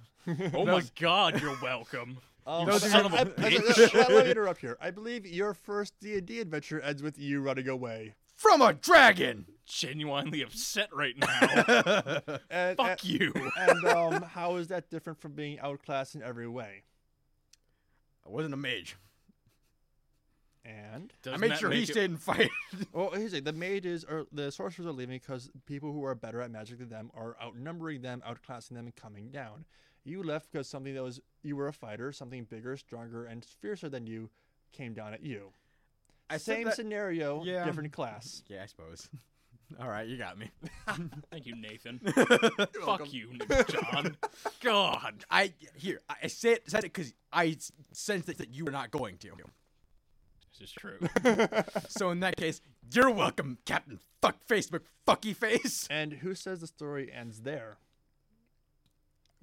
[SPEAKER 2] Oh my God, you're welcome.
[SPEAKER 3] Um,
[SPEAKER 1] Those
[SPEAKER 2] son of a bitch.
[SPEAKER 3] let me interrupt here. I believe your first D and D adventure ends with you running away.
[SPEAKER 1] From a dragon.
[SPEAKER 2] Genuinely upset right now.
[SPEAKER 3] And, and-
[SPEAKER 2] Fuck you.
[SPEAKER 3] and um, how is that different from being outclassed in every way?
[SPEAKER 1] I wasn't a mage.
[SPEAKER 3] And
[SPEAKER 1] I
[SPEAKER 2] Doesn't
[SPEAKER 1] made
[SPEAKER 2] that
[SPEAKER 1] sure he
[SPEAKER 2] make it-
[SPEAKER 1] stayed and fight.
[SPEAKER 3] well, here's the thing: the mages are the sorcerers are leaving because people who are better at magic than them are outnumbering them, outclassing them, and coming down. You left because something that was you were a fighter, something bigger, stronger, and fiercer than you came down at you.
[SPEAKER 1] I said
[SPEAKER 3] Same
[SPEAKER 1] that-
[SPEAKER 3] scenario,
[SPEAKER 1] Yeah.
[SPEAKER 3] different class.
[SPEAKER 1] yeah, I suppose. All right, you got me.
[SPEAKER 2] Thank you, Nathan. Fuck you, Nick- John. God.
[SPEAKER 1] I here. I I said said it because I s- sensed that, that you were not going to.
[SPEAKER 2] This is true.
[SPEAKER 1] So in that case, you're welcome, Captain Fuck Facebook Fucky Face.
[SPEAKER 3] And who says the story ends there?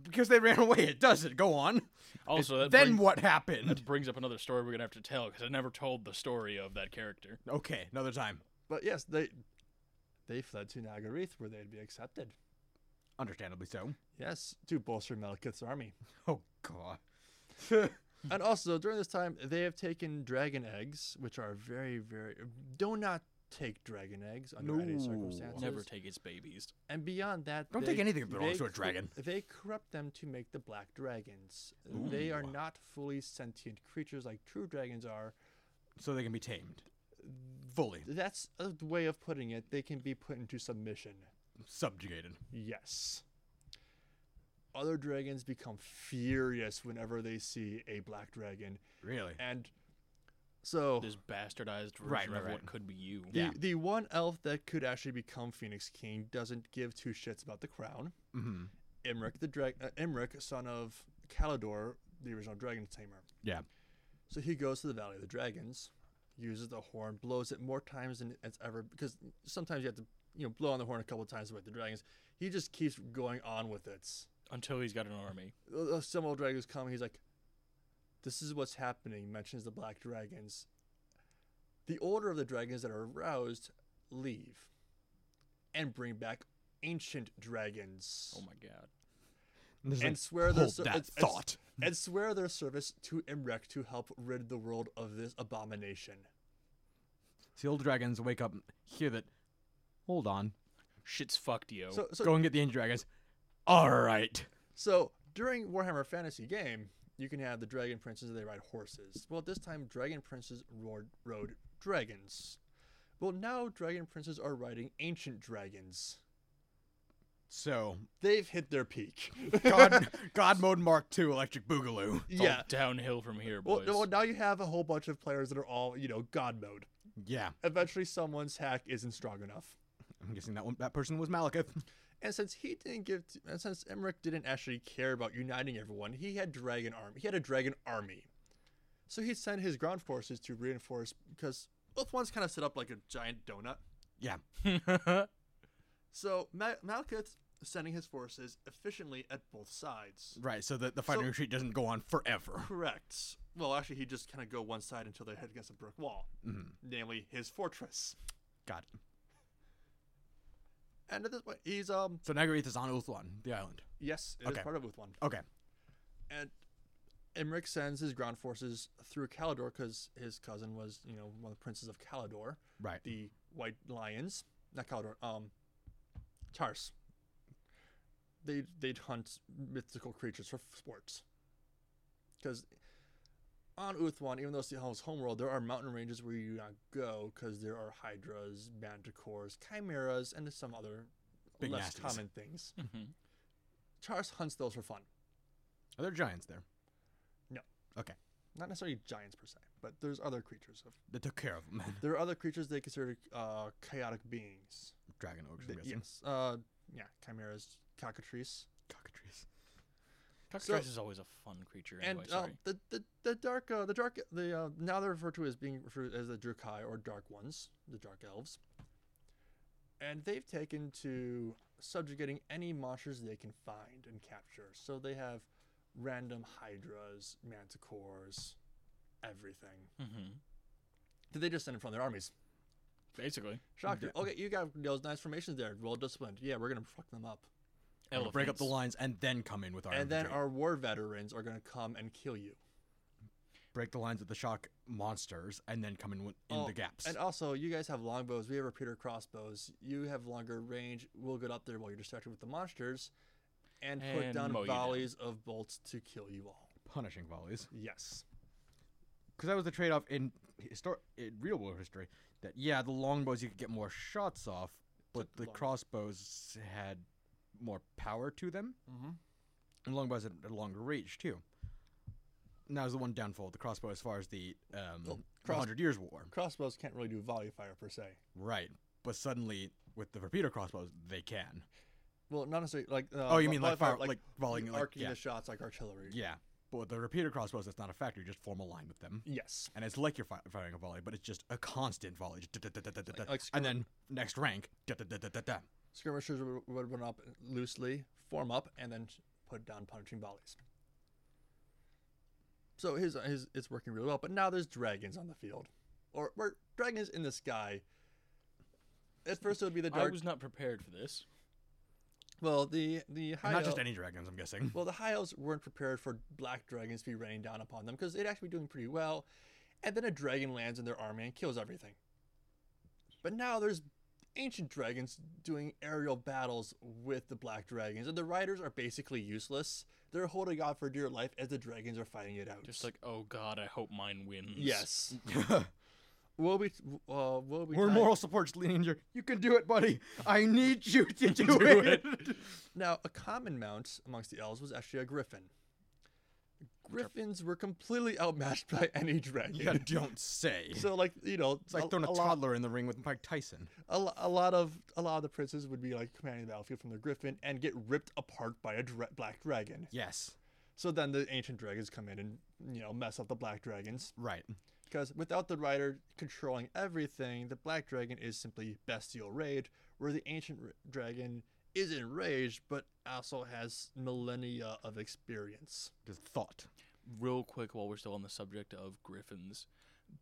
[SPEAKER 1] Because they ran away, it doesn't. Go on.
[SPEAKER 2] Also, that
[SPEAKER 1] then
[SPEAKER 2] brings,
[SPEAKER 1] what happened?
[SPEAKER 2] brings up another story we're gonna have to tell because I never told the story of that character.
[SPEAKER 1] Okay, another time.
[SPEAKER 3] But yes, they they fled to Nagarith where they'd be accepted.
[SPEAKER 1] Understandably so.
[SPEAKER 3] Yes, to bolster Malekith's army.
[SPEAKER 1] Oh god.
[SPEAKER 3] and also during this time, they have taken dragon eggs, which are very, very do not take dragon eggs under any
[SPEAKER 1] No.
[SPEAKER 3] circumstances.
[SPEAKER 2] Never take its babies.
[SPEAKER 3] And beyond that,
[SPEAKER 1] Don't
[SPEAKER 3] they-
[SPEAKER 1] take anything that belongs
[SPEAKER 3] they
[SPEAKER 1] to a
[SPEAKER 3] cor-
[SPEAKER 1] dragon.
[SPEAKER 3] They corrupt them to make the black dragons. They are
[SPEAKER 1] Ooh.
[SPEAKER 3] not fully sentient creatures like true dragons are.
[SPEAKER 1] so they can be tamed fully,
[SPEAKER 3] That's a way of putting it. They can be put into submission.
[SPEAKER 1] subjugated.
[SPEAKER 3] Yes. Other dragons become furious whenever they see a black dragon,
[SPEAKER 1] Really?
[SPEAKER 3] and so
[SPEAKER 2] This bastardized version
[SPEAKER 1] Right, right,
[SPEAKER 2] of
[SPEAKER 1] right.
[SPEAKER 2] what could be you.
[SPEAKER 3] the,
[SPEAKER 1] yeah.
[SPEAKER 3] the one elf that could actually become Phoenix King doesn't give two shits about the crown.
[SPEAKER 1] Mm-hmm.
[SPEAKER 3] Imric the drag uh, Imric, son of Calidor, the original dragon tamer.
[SPEAKER 1] Yeah.
[SPEAKER 3] So he goes to the Valley of the Dragons, uses the horn, blows it more times than it's ever because sometimes you have to you know blow on the horn a couple of times with the dragons. He just keeps going on with it.
[SPEAKER 2] Until he's got an army.
[SPEAKER 3] Uh, uh, Some old dragons come. He's like, "This is what's happening." Mentions the black dragons. The order of the dragons that are aroused leave, and bring back ancient dragons,
[SPEAKER 2] Oh my god.
[SPEAKER 3] and swear their
[SPEAKER 1] hold
[SPEAKER 3] ser-
[SPEAKER 1] that
[SPEAKER 3] it's- it's-
[SPEAKER 1] thought.
[SPEAKER 3] and swear their service to Imrek to help rid the world of this abomination.
[SPEAKER 1] So the old dragons wake up, and hear that. Hold on.
[SPEAKER 2] Shit's fucked, yo.
[SPEAKER 3] So, so
[SPEAKER 1] Go and get the ancient dragons. All right.
[SPEAKER 3] So during Warhammer Fantasy game, you can have the dragon princes. They ride horses. Well, this time dragon princes rode, rode dragons. Well, now dragon princes are riding ancient dragons.
[SPEAKER 1] So
[SPEAKER 3] They've hit their peak.
[SPEAKER 1] God, God mode Mark II Electric Boogaloo.
[SPEAKER 2] It's all
[SPEAKER 3] yeah.
[SPEAKER 2] downhill from here,
[SPEAKER 3] Well,
[SPEAKER 2] boys.
[SPEAKER 3] well, now you have a whole bunch of players that are all you know God mode.
[SPEAKER 1] Yeah,
[SPEAKER 3] Eventually, someone's hack isn't strong enough.
[SPEAKER 1] I'm guessing that one that person was Malekith.
[SPEAKER 3] And since he didn't give, t- and since Emmerich didn't actually care about uniting everyone, he had dragon army. He had a dragon army, so he sent his ground forces to reinforce because both ones kind of set up like a giant donut.
[SPEAKER 1] Yeah,
[SPEAKER 2] Mm-hmm.
[SPEAKER 3] So Ma- Malekith sending his forces efficiently at both sides.
[SPEAKER 1] right. So that the fighting
[SPEAKER 3] So-
[SPEAKER 1] retreat doesn't go on forever.
[SPEAKER 3] Correct. Well, actually, he just kind of go one side until they head against a brick wall, namely his fortress.
[SPEAKER 1] Got it.
[SPEAKER 3] And at this point, he's um
[SPEAKER 1] So Nagarith is on Ulthuan, the island.
[SPEAKER 3] yes, it is
[SPEAKER 1] Okay.
[SPEAKER 3] part of Uthwan.
[SPEAKER 1] Okay.
[SPEAKER 3] and Emmerich sends his ground forces through Calidor because his cousin was, you know, one of the princes of Calidor,
[SPEAKER 1] Right.
[SPEAKER 3] the White Lions, not Calidor, um, Tars. They they'd hunt mythical creatures for f- sports. Because on Uthwan, even though it's the hell's homeworld, there are mountain ranges where you do not go because there are hydras, manticores, chimeras, and some other
[SPEAKER 1] Big
[SPEAKER 3] less
[SPEAKER 1] nasties.
[SPEAKER 3] common things.
[SPEAKER 2] Mhm.
[SPEAKER 3] Tars hunts those for fun.
[SPEAKER 1] Are there giants there
[SPEAKER 3] not necessarily giants per se, but there's other creatures. Of,
[SPEAKER 1] that took care of them?
[SPEAKER 3] there are other creatures they consider uh, chaotic beings.
[SPEAKER 1] Dragon ogres, I'm
[SPEAKER 3] Th-
[SPEAKER 1] guessing.
[SPEAKER 3] yes. Uh, yeah, chimeras, cockatrice,
[SPEAKER 1] Cockatrice.
[SPEAKER 2] Cockatrice is always a fun creature. Anyway,
[SPEAKER 3] and uh,
[SPEAKER 2] sorry.
[SPEAKER 3] the, the the dark uh, the dark the uh, now they're referred to as being referred as the Drukai or Dark Ones, the Dark Elves. And they've taken to subjugating any monsters they can find and capture. So they have random hydras, manticores, everything.
[SPEAKER 2] hmm
[SPEAKER 3] Did they just send in front of their armies?
[SPEAKER 2] Basically,
[SPEAKER 3] Shocked.
[SPEAKER 1] Yeah.
[SPEAKER 3] Okay, you got those nice formations there. Well disciplined. Yeah, we're gonna fuck them up.
[SPEAKER 1] We're gonna Break up the
[SPEAKER 2] Elephants.
[SPEAKER 1] lines and then come in with our
[SPEAKER 3] and then
[SPEAKER 1] infantry.
[SPEAKER 3] our war veterans are gonna come and kill you.
[SPEAKER 1] break the lines with the shock monsters and then come in wi- in
[SPEAKER 3] Oh,
[SPEAKER 1] the gaps.
[SPEAKER 3] And also, you guys have longbows. We have repeater crossbows. You have longer range. We'll get up there while you're distracted with the monsters, and, put
[SPEAKER 2] And
[SPEAKER 3] down
[SPEAKER 2] mow you down.
[SPEAKER 3] volleys of bolts to kill you all.
[SPEAKER 1] Punishing volleys.
[SPEAKER 3] Yes.
[SPEAKER 1] because that was the trade-off in histor- in real world history. That yeah, the longbows you could get more shots off, but
[SPEAKER 3] Took
[SPEAKER 1] the
[SPEAKER 3] long-
[SPEAKER 1] crossbows had more power to them,
[SPEAKER 3] Mm-hmm.
[SPEAKER 1] and longbows had a longer reach too. And that was the one downfall of the crossbow as far as the um,
[SPEAKER 3] Well,
[SPEAKER 1] the
[SPEAKER 3] Oh, cross-
[SPEAKER 1] Hundred Years War,
[SPEAKER 3] Crossbows can't really do volley fire per se.
[SPEAKER 1] right? But suddenly with the repeater crossbows, they can.
[SPEAKER 3] Well, not necessarily like. Uh,
[SPEAKER 1] oh, you
[SPEAKER 3] vo-
[SPEAKER 1] mean
[SPEAKER 3] volley
[SPEAKER 1] like fire, like, volleying, like
[SPEAKER 3] arcing
[SPEAKER 1] yeah,
[SPEAKER 3] the shots like artillery.
[SPEAKER 1] yeah. But with the repeater crossbows, that's not a factor. You just form a line with them.
[SPEAKER 3] Yes.
[SPEAKER 1] and it's like you're fi- firing a volley, but it's just a constant volley, just da- da- da- da- da- da-
[SPEAKER 3] like
[SPEAKER 1] and
[SPEAKER 3] scrimmage.
[SPEAKER 1] then next rank, da- da- da- da- da- da.
[SPEAKER 3] skirmishers would, would run up loosely, form up, and then sh- put down punishing volleys. So his his it's working really well. But now there's dragons on the field, or, or dragons in the sky. At first, it would be the
[SPEAKER 2] I
[SPEAKER 3] dark.
[SPEAKER 2] was not prepared for this.
[SPEAKER 3] well, the the high
[SPEAKER 1] And not just
[SPEAKER 3] el-
[SPEAKER 1] any dragons, I'm guessing.
[SPEAKER 3] well, the high elves weren't prepared for black dragons to be raining down upon them because they'd actually be doing pretty well, and then a dragon lands in their army and kills everything. But now there's ancient dragons doing aerial battles with the black dragons, and the riders are basically useless. They're holding on for dear life as the dragons are fighting it out.
[SPEAKER 2] Just like, oh god, I hope mine wins.
[SPEAKER 3] yes, will be. Uh, will be.
[SPEAKER 1] We're
[SPEAKER 3] tied-
[SPEAKER 1] moral support, Leander. You can do it, buddy. I need you to do,
[SPEAKER 2] Do
[SPEAKER 1] it.
[SPEAKER 3] Now, a common mount amongst the elves was actually a griffin. Griffins were completely outmatched by any dragon.
[SPEAKER 1] You don't say.
[SPEAKER 3] So, like you know,
[SPEAKER 1] it's like throwing a,
[SPEAKER 3] a, lot,
[SPEAKER 1] toddler in the ring with Mike Tyson.
[SPEAKER 3] a, lo- a lot of a lot of the princes would be like commanding the battlefield from their griffin and get ripped apart by a dra- black dragon.
[SPEAKER 1] Yes.
[SPEAKER 3] So then the ancient dragons come in and you know mess up the black dragons
[SPEAKER 1] Right.
[SPEAKER 3] because without the rider controlling everything, the black dragon is simply bestial rage, where the ancient r- dragon is enraged but also has millennia of experience.
[SPEAKER 1] Just thought.
[SPEAKER 2] Real quick, while we're still on the subject of griffins,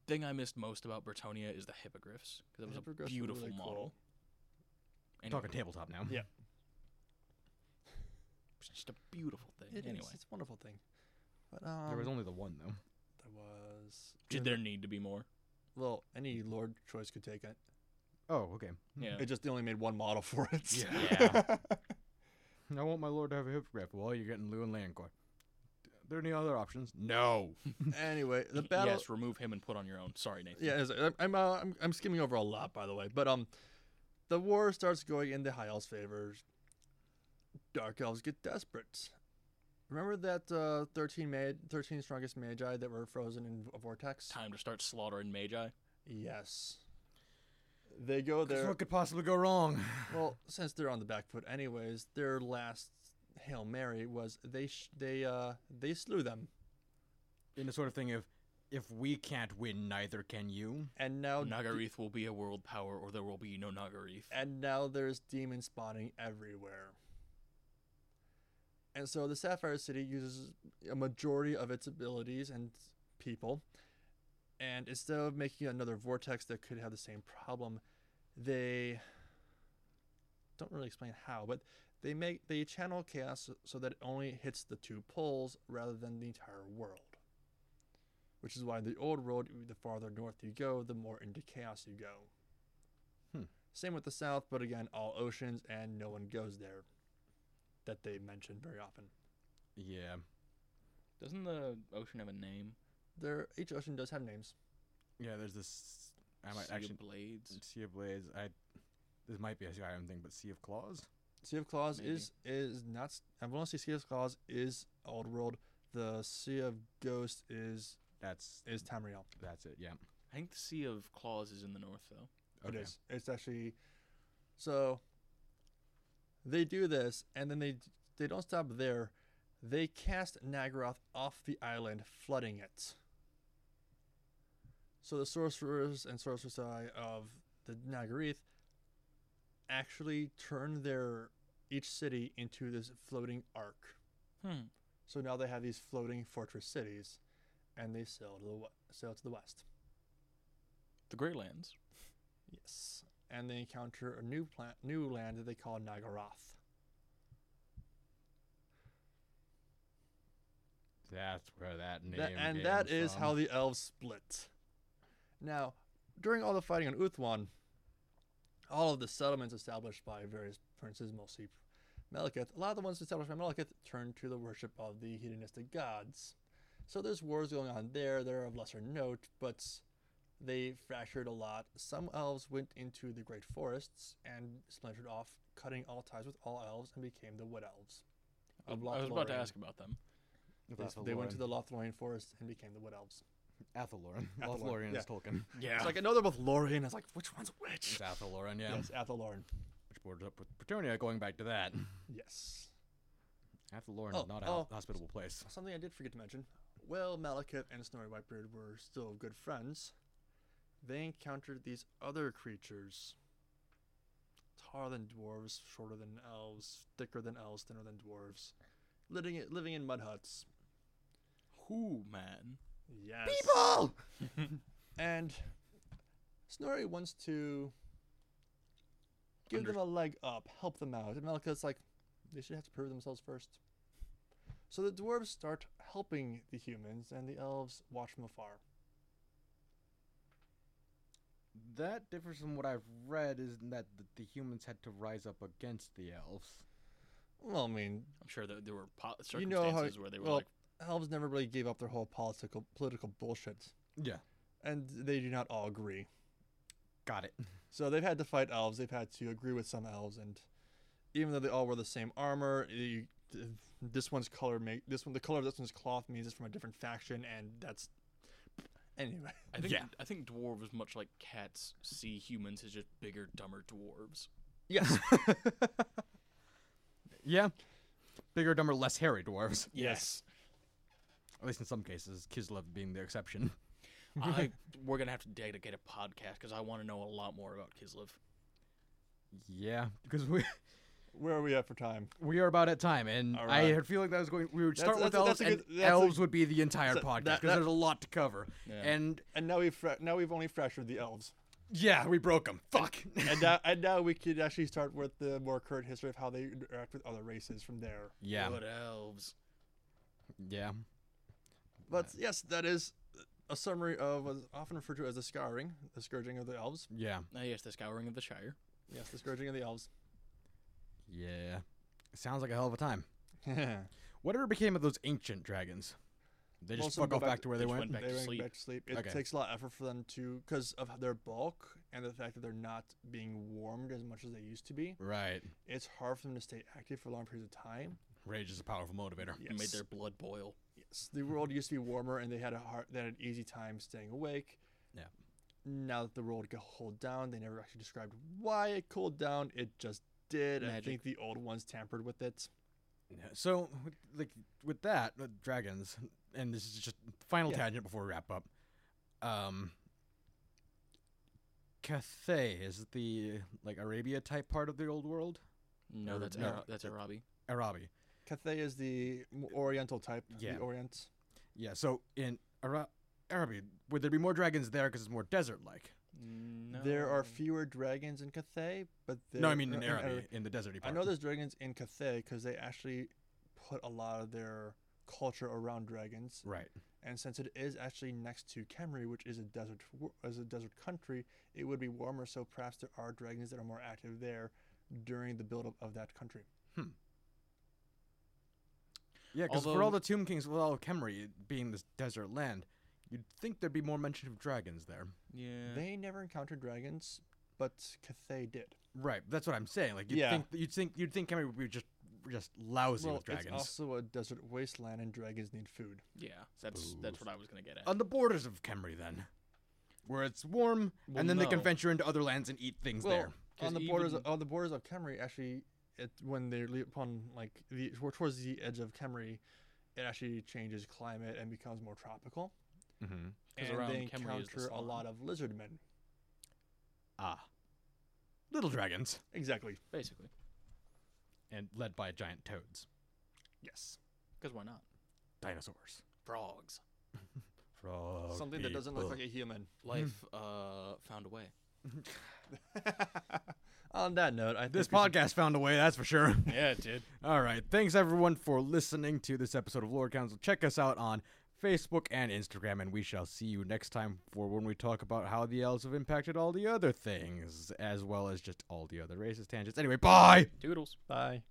[SPEAKER 2] thing I missed most about Bretonia is the hippogriffs because it was a
[SPEAKER 3] Hippogriffs are
[SPEAKER 2] beautiful
[SPEAKER 3] really
[SPEAKER 2] model.
[SPEAKER 3] cool.
[SPEAKER 2] And
[SPEAKER 1] Talking tabletop now.
[SPEAKER 3] Yeah.
[SPEAKER 2] it's just a beautiful thing.
[SPEAKER 3] It is.
[SPEAKER 2] anyway,
[SPEAKER 3] It's a wonderful thing. But um,
[SPEAKER 1] There was only the one though.
[SPEAKER 3] there was-
[SPEAKER 2] did there need to be more?
[SPEAKER 3] well any lord choice could take it.
[SPEAKER 1] Oh, okay.
[SPEAKER 2] Mm. Yeah.
[SPEAKER 3] It just they only made one model for it.
[SPEAKER 2] Yeah.
[SPEAKER 1] I want my lord to have a hippogriff. Well, you're getting Lewin Landcore. There any other options? No.
[SPEAKER 3] anyway, the battle.
[SPEAKER 2] Yes, remove him and put on your own. Sorry, Nathan.
[SPEAKER 3] Yeah, it's- I'm- I'm, uh, I'm I'm skimming over a lot by the way, but um, the war starts going in the High Elves' favor. Dark Elves get desperate. Remember that uh, thirteen made thirteen strongest magi that were frozen in a vortex?
[SPEAKER 2] Time to start slaughtering magi.
[SPEAKER 3] Yes. They go there.
[SPEAKER 1] what could possibly go wrong?
[SPEAKER 3] Well, since they're on the back foot anyways, their last hail mary was they sh- they uh they slew them,
[SPEAKER 1] In the sort of thing of, if we can't win, neither can you.
[SPEAKER 3] and now
[SPEAKER 2] Nagarith will be a world power, or there will be no Nagarith.
[SPEAKER 3] and now there's demon spawning everywhere. And so the Sapphire City uses a majority of its abilities and people, and instead of making another vortex that could have the same problem, they don't really explain how, but they make they channel chaos so that it only hits the two poles rather than the entire world. Which is why in the old world, the farther north you go, the more into chaos you go. Same with the South, but again, all oceans, and no one goes there that they mention very often.
[SPEAKER 1] Yeah.
[SPEAKER 2] Doesn't the ocean have a name?
[SPEAKER 3] There, each ocean does have names.
[SPEAKER 1] Yeah. There's this. I might
[SPEAKER 2] Sea of
[SPEAKER 1] actually
[SPEAKER 2] blades.
[SPEAKER 1] Sea of Blades. I. This might be a CIM thing, but Sea of Claws.
[SPEAKER 3] Sea of Claws
[SPEAKER 2] Maybe.
[SPEAKER 3] is is not. s- I want to say Sea of Claws is Old World. The Sea of Ghosts is
[SPEAKER 1] That's
[SPEAKER 3] is Tamriel.
[SPEAKER 1] that's it. Yeah.
[SPEAKER 2] I think the Sea of Claws is in the north, though.
[SPEAKER 1] Okay.
[SPEAKER 3] It is. It's actually so. They do this, and then they d- they don't stop there. They cast Nagaroth off the island, flooding it. So the sorcerers and sorceresses of the Nagarith actually turn their each city into this floating arc.
[SPEAKER 2] Hmm.
[SPEAKER 3] So now they have these floating fortress cities, and they sail to the we- sail to the west.
[SPEAKER 2] The Grey Lands.
[SPEAKER 3] Yes. And they encounter a new plant, new land that they call Nagaroth.
[SPEAKER 1] That's where that name.
[SPEAKER 3] That, and that
[SPEAKER 1] came
[SPEAKER 3] is
[SPEAKER 1] from.
[SPEAKER 3] how the elves split. Now, during all the fighting on Uthwan, all of the settlements established by various princes, mostly Meliketh, a lot of the ones established by Meliketh turned to the worship of the hedonistic gods. So there's wars going on there. They're of lesser note, but they fractured a lot. Some elves went into the great forests and splintered off, cutting all ties with all elves, and became the wood elves.
[SPEAKER 2] I
[SPEAKER 3] of
[SPEAKER 2] was about to
[SPEAKER 3] Lothlorien.
[SPEAKER 2] ask about them.
[SPEAKER 3] They, they went to the Lothlorien forest and became the wood elves.
[SPEAKER 1] Athelloran.
[SPEAKER 3] Athelloran,
[SPEAKER 1] Athelloran
[SPEAKER 3] yeah.
[SPEAKER 1] is Tolkien.
[SPEAKER 2] Yeah.
[SPEAKER 3] It's like I know they're both Lorien. I was like, which one's
[SPEAKER 1] It's
[SPEAKER 3] which?
[SPEAKER 1] Athelloran, yeah.
[SPEAKER 3] Yes, Athelorn.
[SPEAKER 1] Which borders up with Bretonia, going back to that.
[SPEAKER 3] Yes.
[SPEAKER 1] Athelloran
[SPEAKER 3] Oh,
[SPEAKER 1] is not a
[SPEAKER 3] oh.
[SPEAKER 1] hos- hospitable place.
[SPEAKER 3] Something I did forget to mention. While Malekith and Snorri Whitebeard were still good friends, they encountered these other creatures. Taller than dwarves, shorter than elves, thicker than elves, thinner than dwarves, living living in mud huts.
[SPEAKER 2] Who, man?
[SPEAKER 3] Yes. and Snorri wants to give
[SPEAKER 2] Under-
[SPEAKER 3] them a leg up, help them out. And Malekith's like, they should have to prove themselves first. So the dwarves start helping the humans, and the elves watch from afar.
[SPEAKER 1] that differs from what I've read, is that the, the humans had to rise up against the elves.
[SPEAKER 3] Well, I mean,
[SPEAKER 2] I'm sure that there were po-
[SPEAKER 3] You know how-
[SPEAKER 2] circumstances where they were
[SPEAKER 3] well-
[SPEAKER 2] like,
[SPEAKER 3] elves never really gave up their whole political political bullshit,
[SPEAKER 1] Yeah,
[SPEAKER 3] and they do not all agree.
[SPEAKER 1] got it.
[SPEAKER 3] So they've had to fight elves. They've had to agree with some elves, and even though they all wear the same armor, you, th- this one's color make this one the color of this one's cloth means it's from a different faction, and that's anyway.
[SPEAKER 2] I think
[SPEAKER 1] Yeah.
[SPEAKER 2] I think dwarves, much like cats, see humans as just bigger, dumber dwarves.
[SPEAKER 3] Yes.
[SPEAKER 1] Yeah, bigger, dumber, less hairy dwarves.
[SPEAKER 2] Yes,
[SPEAKER 1] At least in some cases, Kislev being the exception.
[SPEAKER 2] I, we're gonna have to dedicate a podcast because I want to know a lot more about Kislev.
[SPEAKER 1] Yeah, because we
[SPEAKER 3] Where are we at for time?
[SPEAKER 1] we are about at time, and
[SPEAKER 3] All
[SPEAKER 1] I
[SPEAKER 3] right.
[SPEAKER 1] had feeling that was going. We would
[SPEAKER 3] That's-
[SPEAKER 1] start with
[SPEAKER 3] that's-
[SPEAKER 1] elves,
[SPEAKER 3] that's a
[SPEAKER 1] and
[SPEAKER 3] good- that's a-
[SPEAKER 1] elves would be the entire
[SPEAKER 3] so
[SPEAKER 1] podcast
[SPEAKER 3] that-
[SPEAKER 1] because
[SPEAKER 3] that-
[SPEAKER 1] there's a lot to cover.
[SPEAKER 2] Yeah.
[SPEAKER 1] And
[SPEAKER 3] And now we've fra- now we've only fractured the elves,
[SPEAKER 1] yeah, we broke them. Fuck.
[SPEAKER 3] and now and now we could actually start with the more current history of how they interact with other races from there.
[SPEAKER 1] yeah,
[SPEAKER 2] Good elves.
[SPEAKER 1] yeah.
[SPEAKER 3] But yes, that is a summary of what's often referred to as the scouring, the scourging of the elves.
[SPEAKER 1] Yeah,
[SPEAKER 2] Ah, yes, the scouring of the Shire.
[SPEAKER 3] Yes, the scourging of the elves.
[SPEAKER 1] yeah. Sounds like a hell of a time.
[SPEAKER 3] they
[SPEAKER 1] Whatever became of those ancient dragons? They just
[SPEAKER 3] Most of them
[SPEAKER 1] fuck off
[SPEAKER 3] go
[SPEAKER 1] back,
[SPEAKER 3] back-
[SPEAKER 1] to where they,
[SPEAKER 2] they just
[SPEAKER 1] went.
[SPEAKER 2] went back to
[SPEAKER 3] went
[SPEAKER 2] sleep.
[SPEAKER 3] back to sleep. It
[SPEAKER 1] Okay.
[SPEAKER 3] takes a lot of effort for them to, because of their bulk and the fact that they're not being warmed as much as they used to be.
[SPEAKER 1] Right.
[SPEAKER 3] It's hard for them to stay active for long periods of time.
[SPEAKER 1] Rage is a powerful motivator.
[SPEAKER 3] Yes.
[SPEAKER 2] and Made their blood boil.
[SPEAKER 3] yes. The world used to be warmer, and they had a hard, they had an easy time staying awake.
[SPEAKER 1] Yeah.
[SPEAKER 3] Now that the world got cooled down, they never actually described why it cooled down. It just did. I
[SPEAKER 2] Magic.
[SPEAKER 3] think the old ones tampered with it.
[SPEAKER 1] Yeah, So, with, like with that, uh, dragons, and this is just final
[SPEAKER 3] Yeah.
[SPEAKER 1] tangent before we wrap up. Um, Cathay is it the like Arabia type part of the old world.
[SPEAKER 2] No,
[SPEAKER 1] Or-
[SPEAKER 2] that's
[SPEAKER 1] no,
[SPEAKER 2] Ara- that's
[SPEAKER 1] that-
[SPEAKER 2] Arabi.
[SPEAKER 1] Arabi.
[SPEAKER 3] Cathay is the m- Oriental type.
[SPEAKER 1] Yeah.
[SPEAKER 3] The Orient.
[SPEAKER 1] Yeah. So in Ara- Arabi, would there be more dragons there because it's more desert like?
[SPEAKER 2] No.
[SPEAKER 3] There are fewer dragons in Cathay, but there,
[SPEAKER 1] No, I mean in
[SPEAKER 3] uh,
[SPEAKER 1] Arabi,
[SPEAKER 3] Ara-
[SPEAKER 1] in the deserty
[SPEAKER 3] I
[SPEAKER 1] part.
[SPEAKER 3] know there's dragons in Cathay because they actually put a lot of their culture around dragons.
[SPEAKER 1] Right.
[SPEAKER 3] And since it is actually next to Khemri, which is a desert wo- as a desert country, it would be warmer. So perhaps there are dragons that are more active there during the buildup of that country.
[SPEAKER 1] Yeah, because for all
[SPEAKER 2] Although-
[SPEAKER 1] the Tomb Kings, with all of Khemri being this desert land, you'd think there'd be more mention of dragons there.
[SPEAKER 2] Yeah.
[SPEAKER 3] They never encountered dragons, but Cathay did.
[SPEAKER 1] Right, that's what I'm saying. Like you'd
[SPEAKER 3] Yeah.
[SPEAKER 1] think you'd think you'd think Khemri would be just just lousy with
[SPEAKER 3] it's
[SPEAKER 1] dragons
[SPEAKER 3] also a desert wasteland, and dragons need food.
[SPEAKER 2] yeah. That's that's what I was gonna get at.
[SPEAKER 1] on the borders of Khemri then, where it's warm,
[SPEAKER 2] Well,
[SPEAKER 1] and then they can
[SPEAKER 2] no.
[SPEAKER 1] venture into other lands and eat things there.
[SPEAKER 3] on
[SPEAKER 2] 'Cause
[SPEAKER 3] the borders
[SPEAKER 2] even-
[SPEAKER 3] on the borders of Khemri, actually, it, when they leap upon like the we're towards the edge of Khemri, it actually changes climate and becomes more tropical.
[SPEAKER 1] Mm-hmm.
[SPEAKER 3] And
[SPEAKER 2] 'Cause around
[SPEAKER 3] they
[SPEAKER 2] Khemri is the
[SPEAKER 3] encounter a
[SPEAKER 2] salon.
[SPEAKER 3] lot of lizard men.
[SPEAKER 1] Ah, little dragons,
[SPEAKER 3] Exactly.
[SPEAKER 2] Basically,
[SPEAKER 1] and led by giant toads,
[SPEAKER 3] Yes.
[SPEAKER 2] because why not?
[SPEAKER 1] dinosaurs,
[SPEAKER 2] Frogs.
[SPEAKER 1] frog
[SPEAKER 3] Something that doesn't look like a human.
[SPEAKER 2] Life uh found a way.
[SPEAKER 3] on that note, I think
[SPEAKER 1] This
[SPEAKER 3] we should-
[SPEAKER 1] podcast found a way, that's for sure.
[SPEAKER 2] Yeah, it did.
[SPEAKER 1] All right. Thanks everyone for listening to this episode of Lord Council. Check us out on Facebook and Instagram, and we shall see you next time for when we talk about how the elves have impacted all the other things, as well as just all the other racist tangents. Anyway, bye.
[SPEAKER 2] Doodles.
[SPEAKER 3] Bye.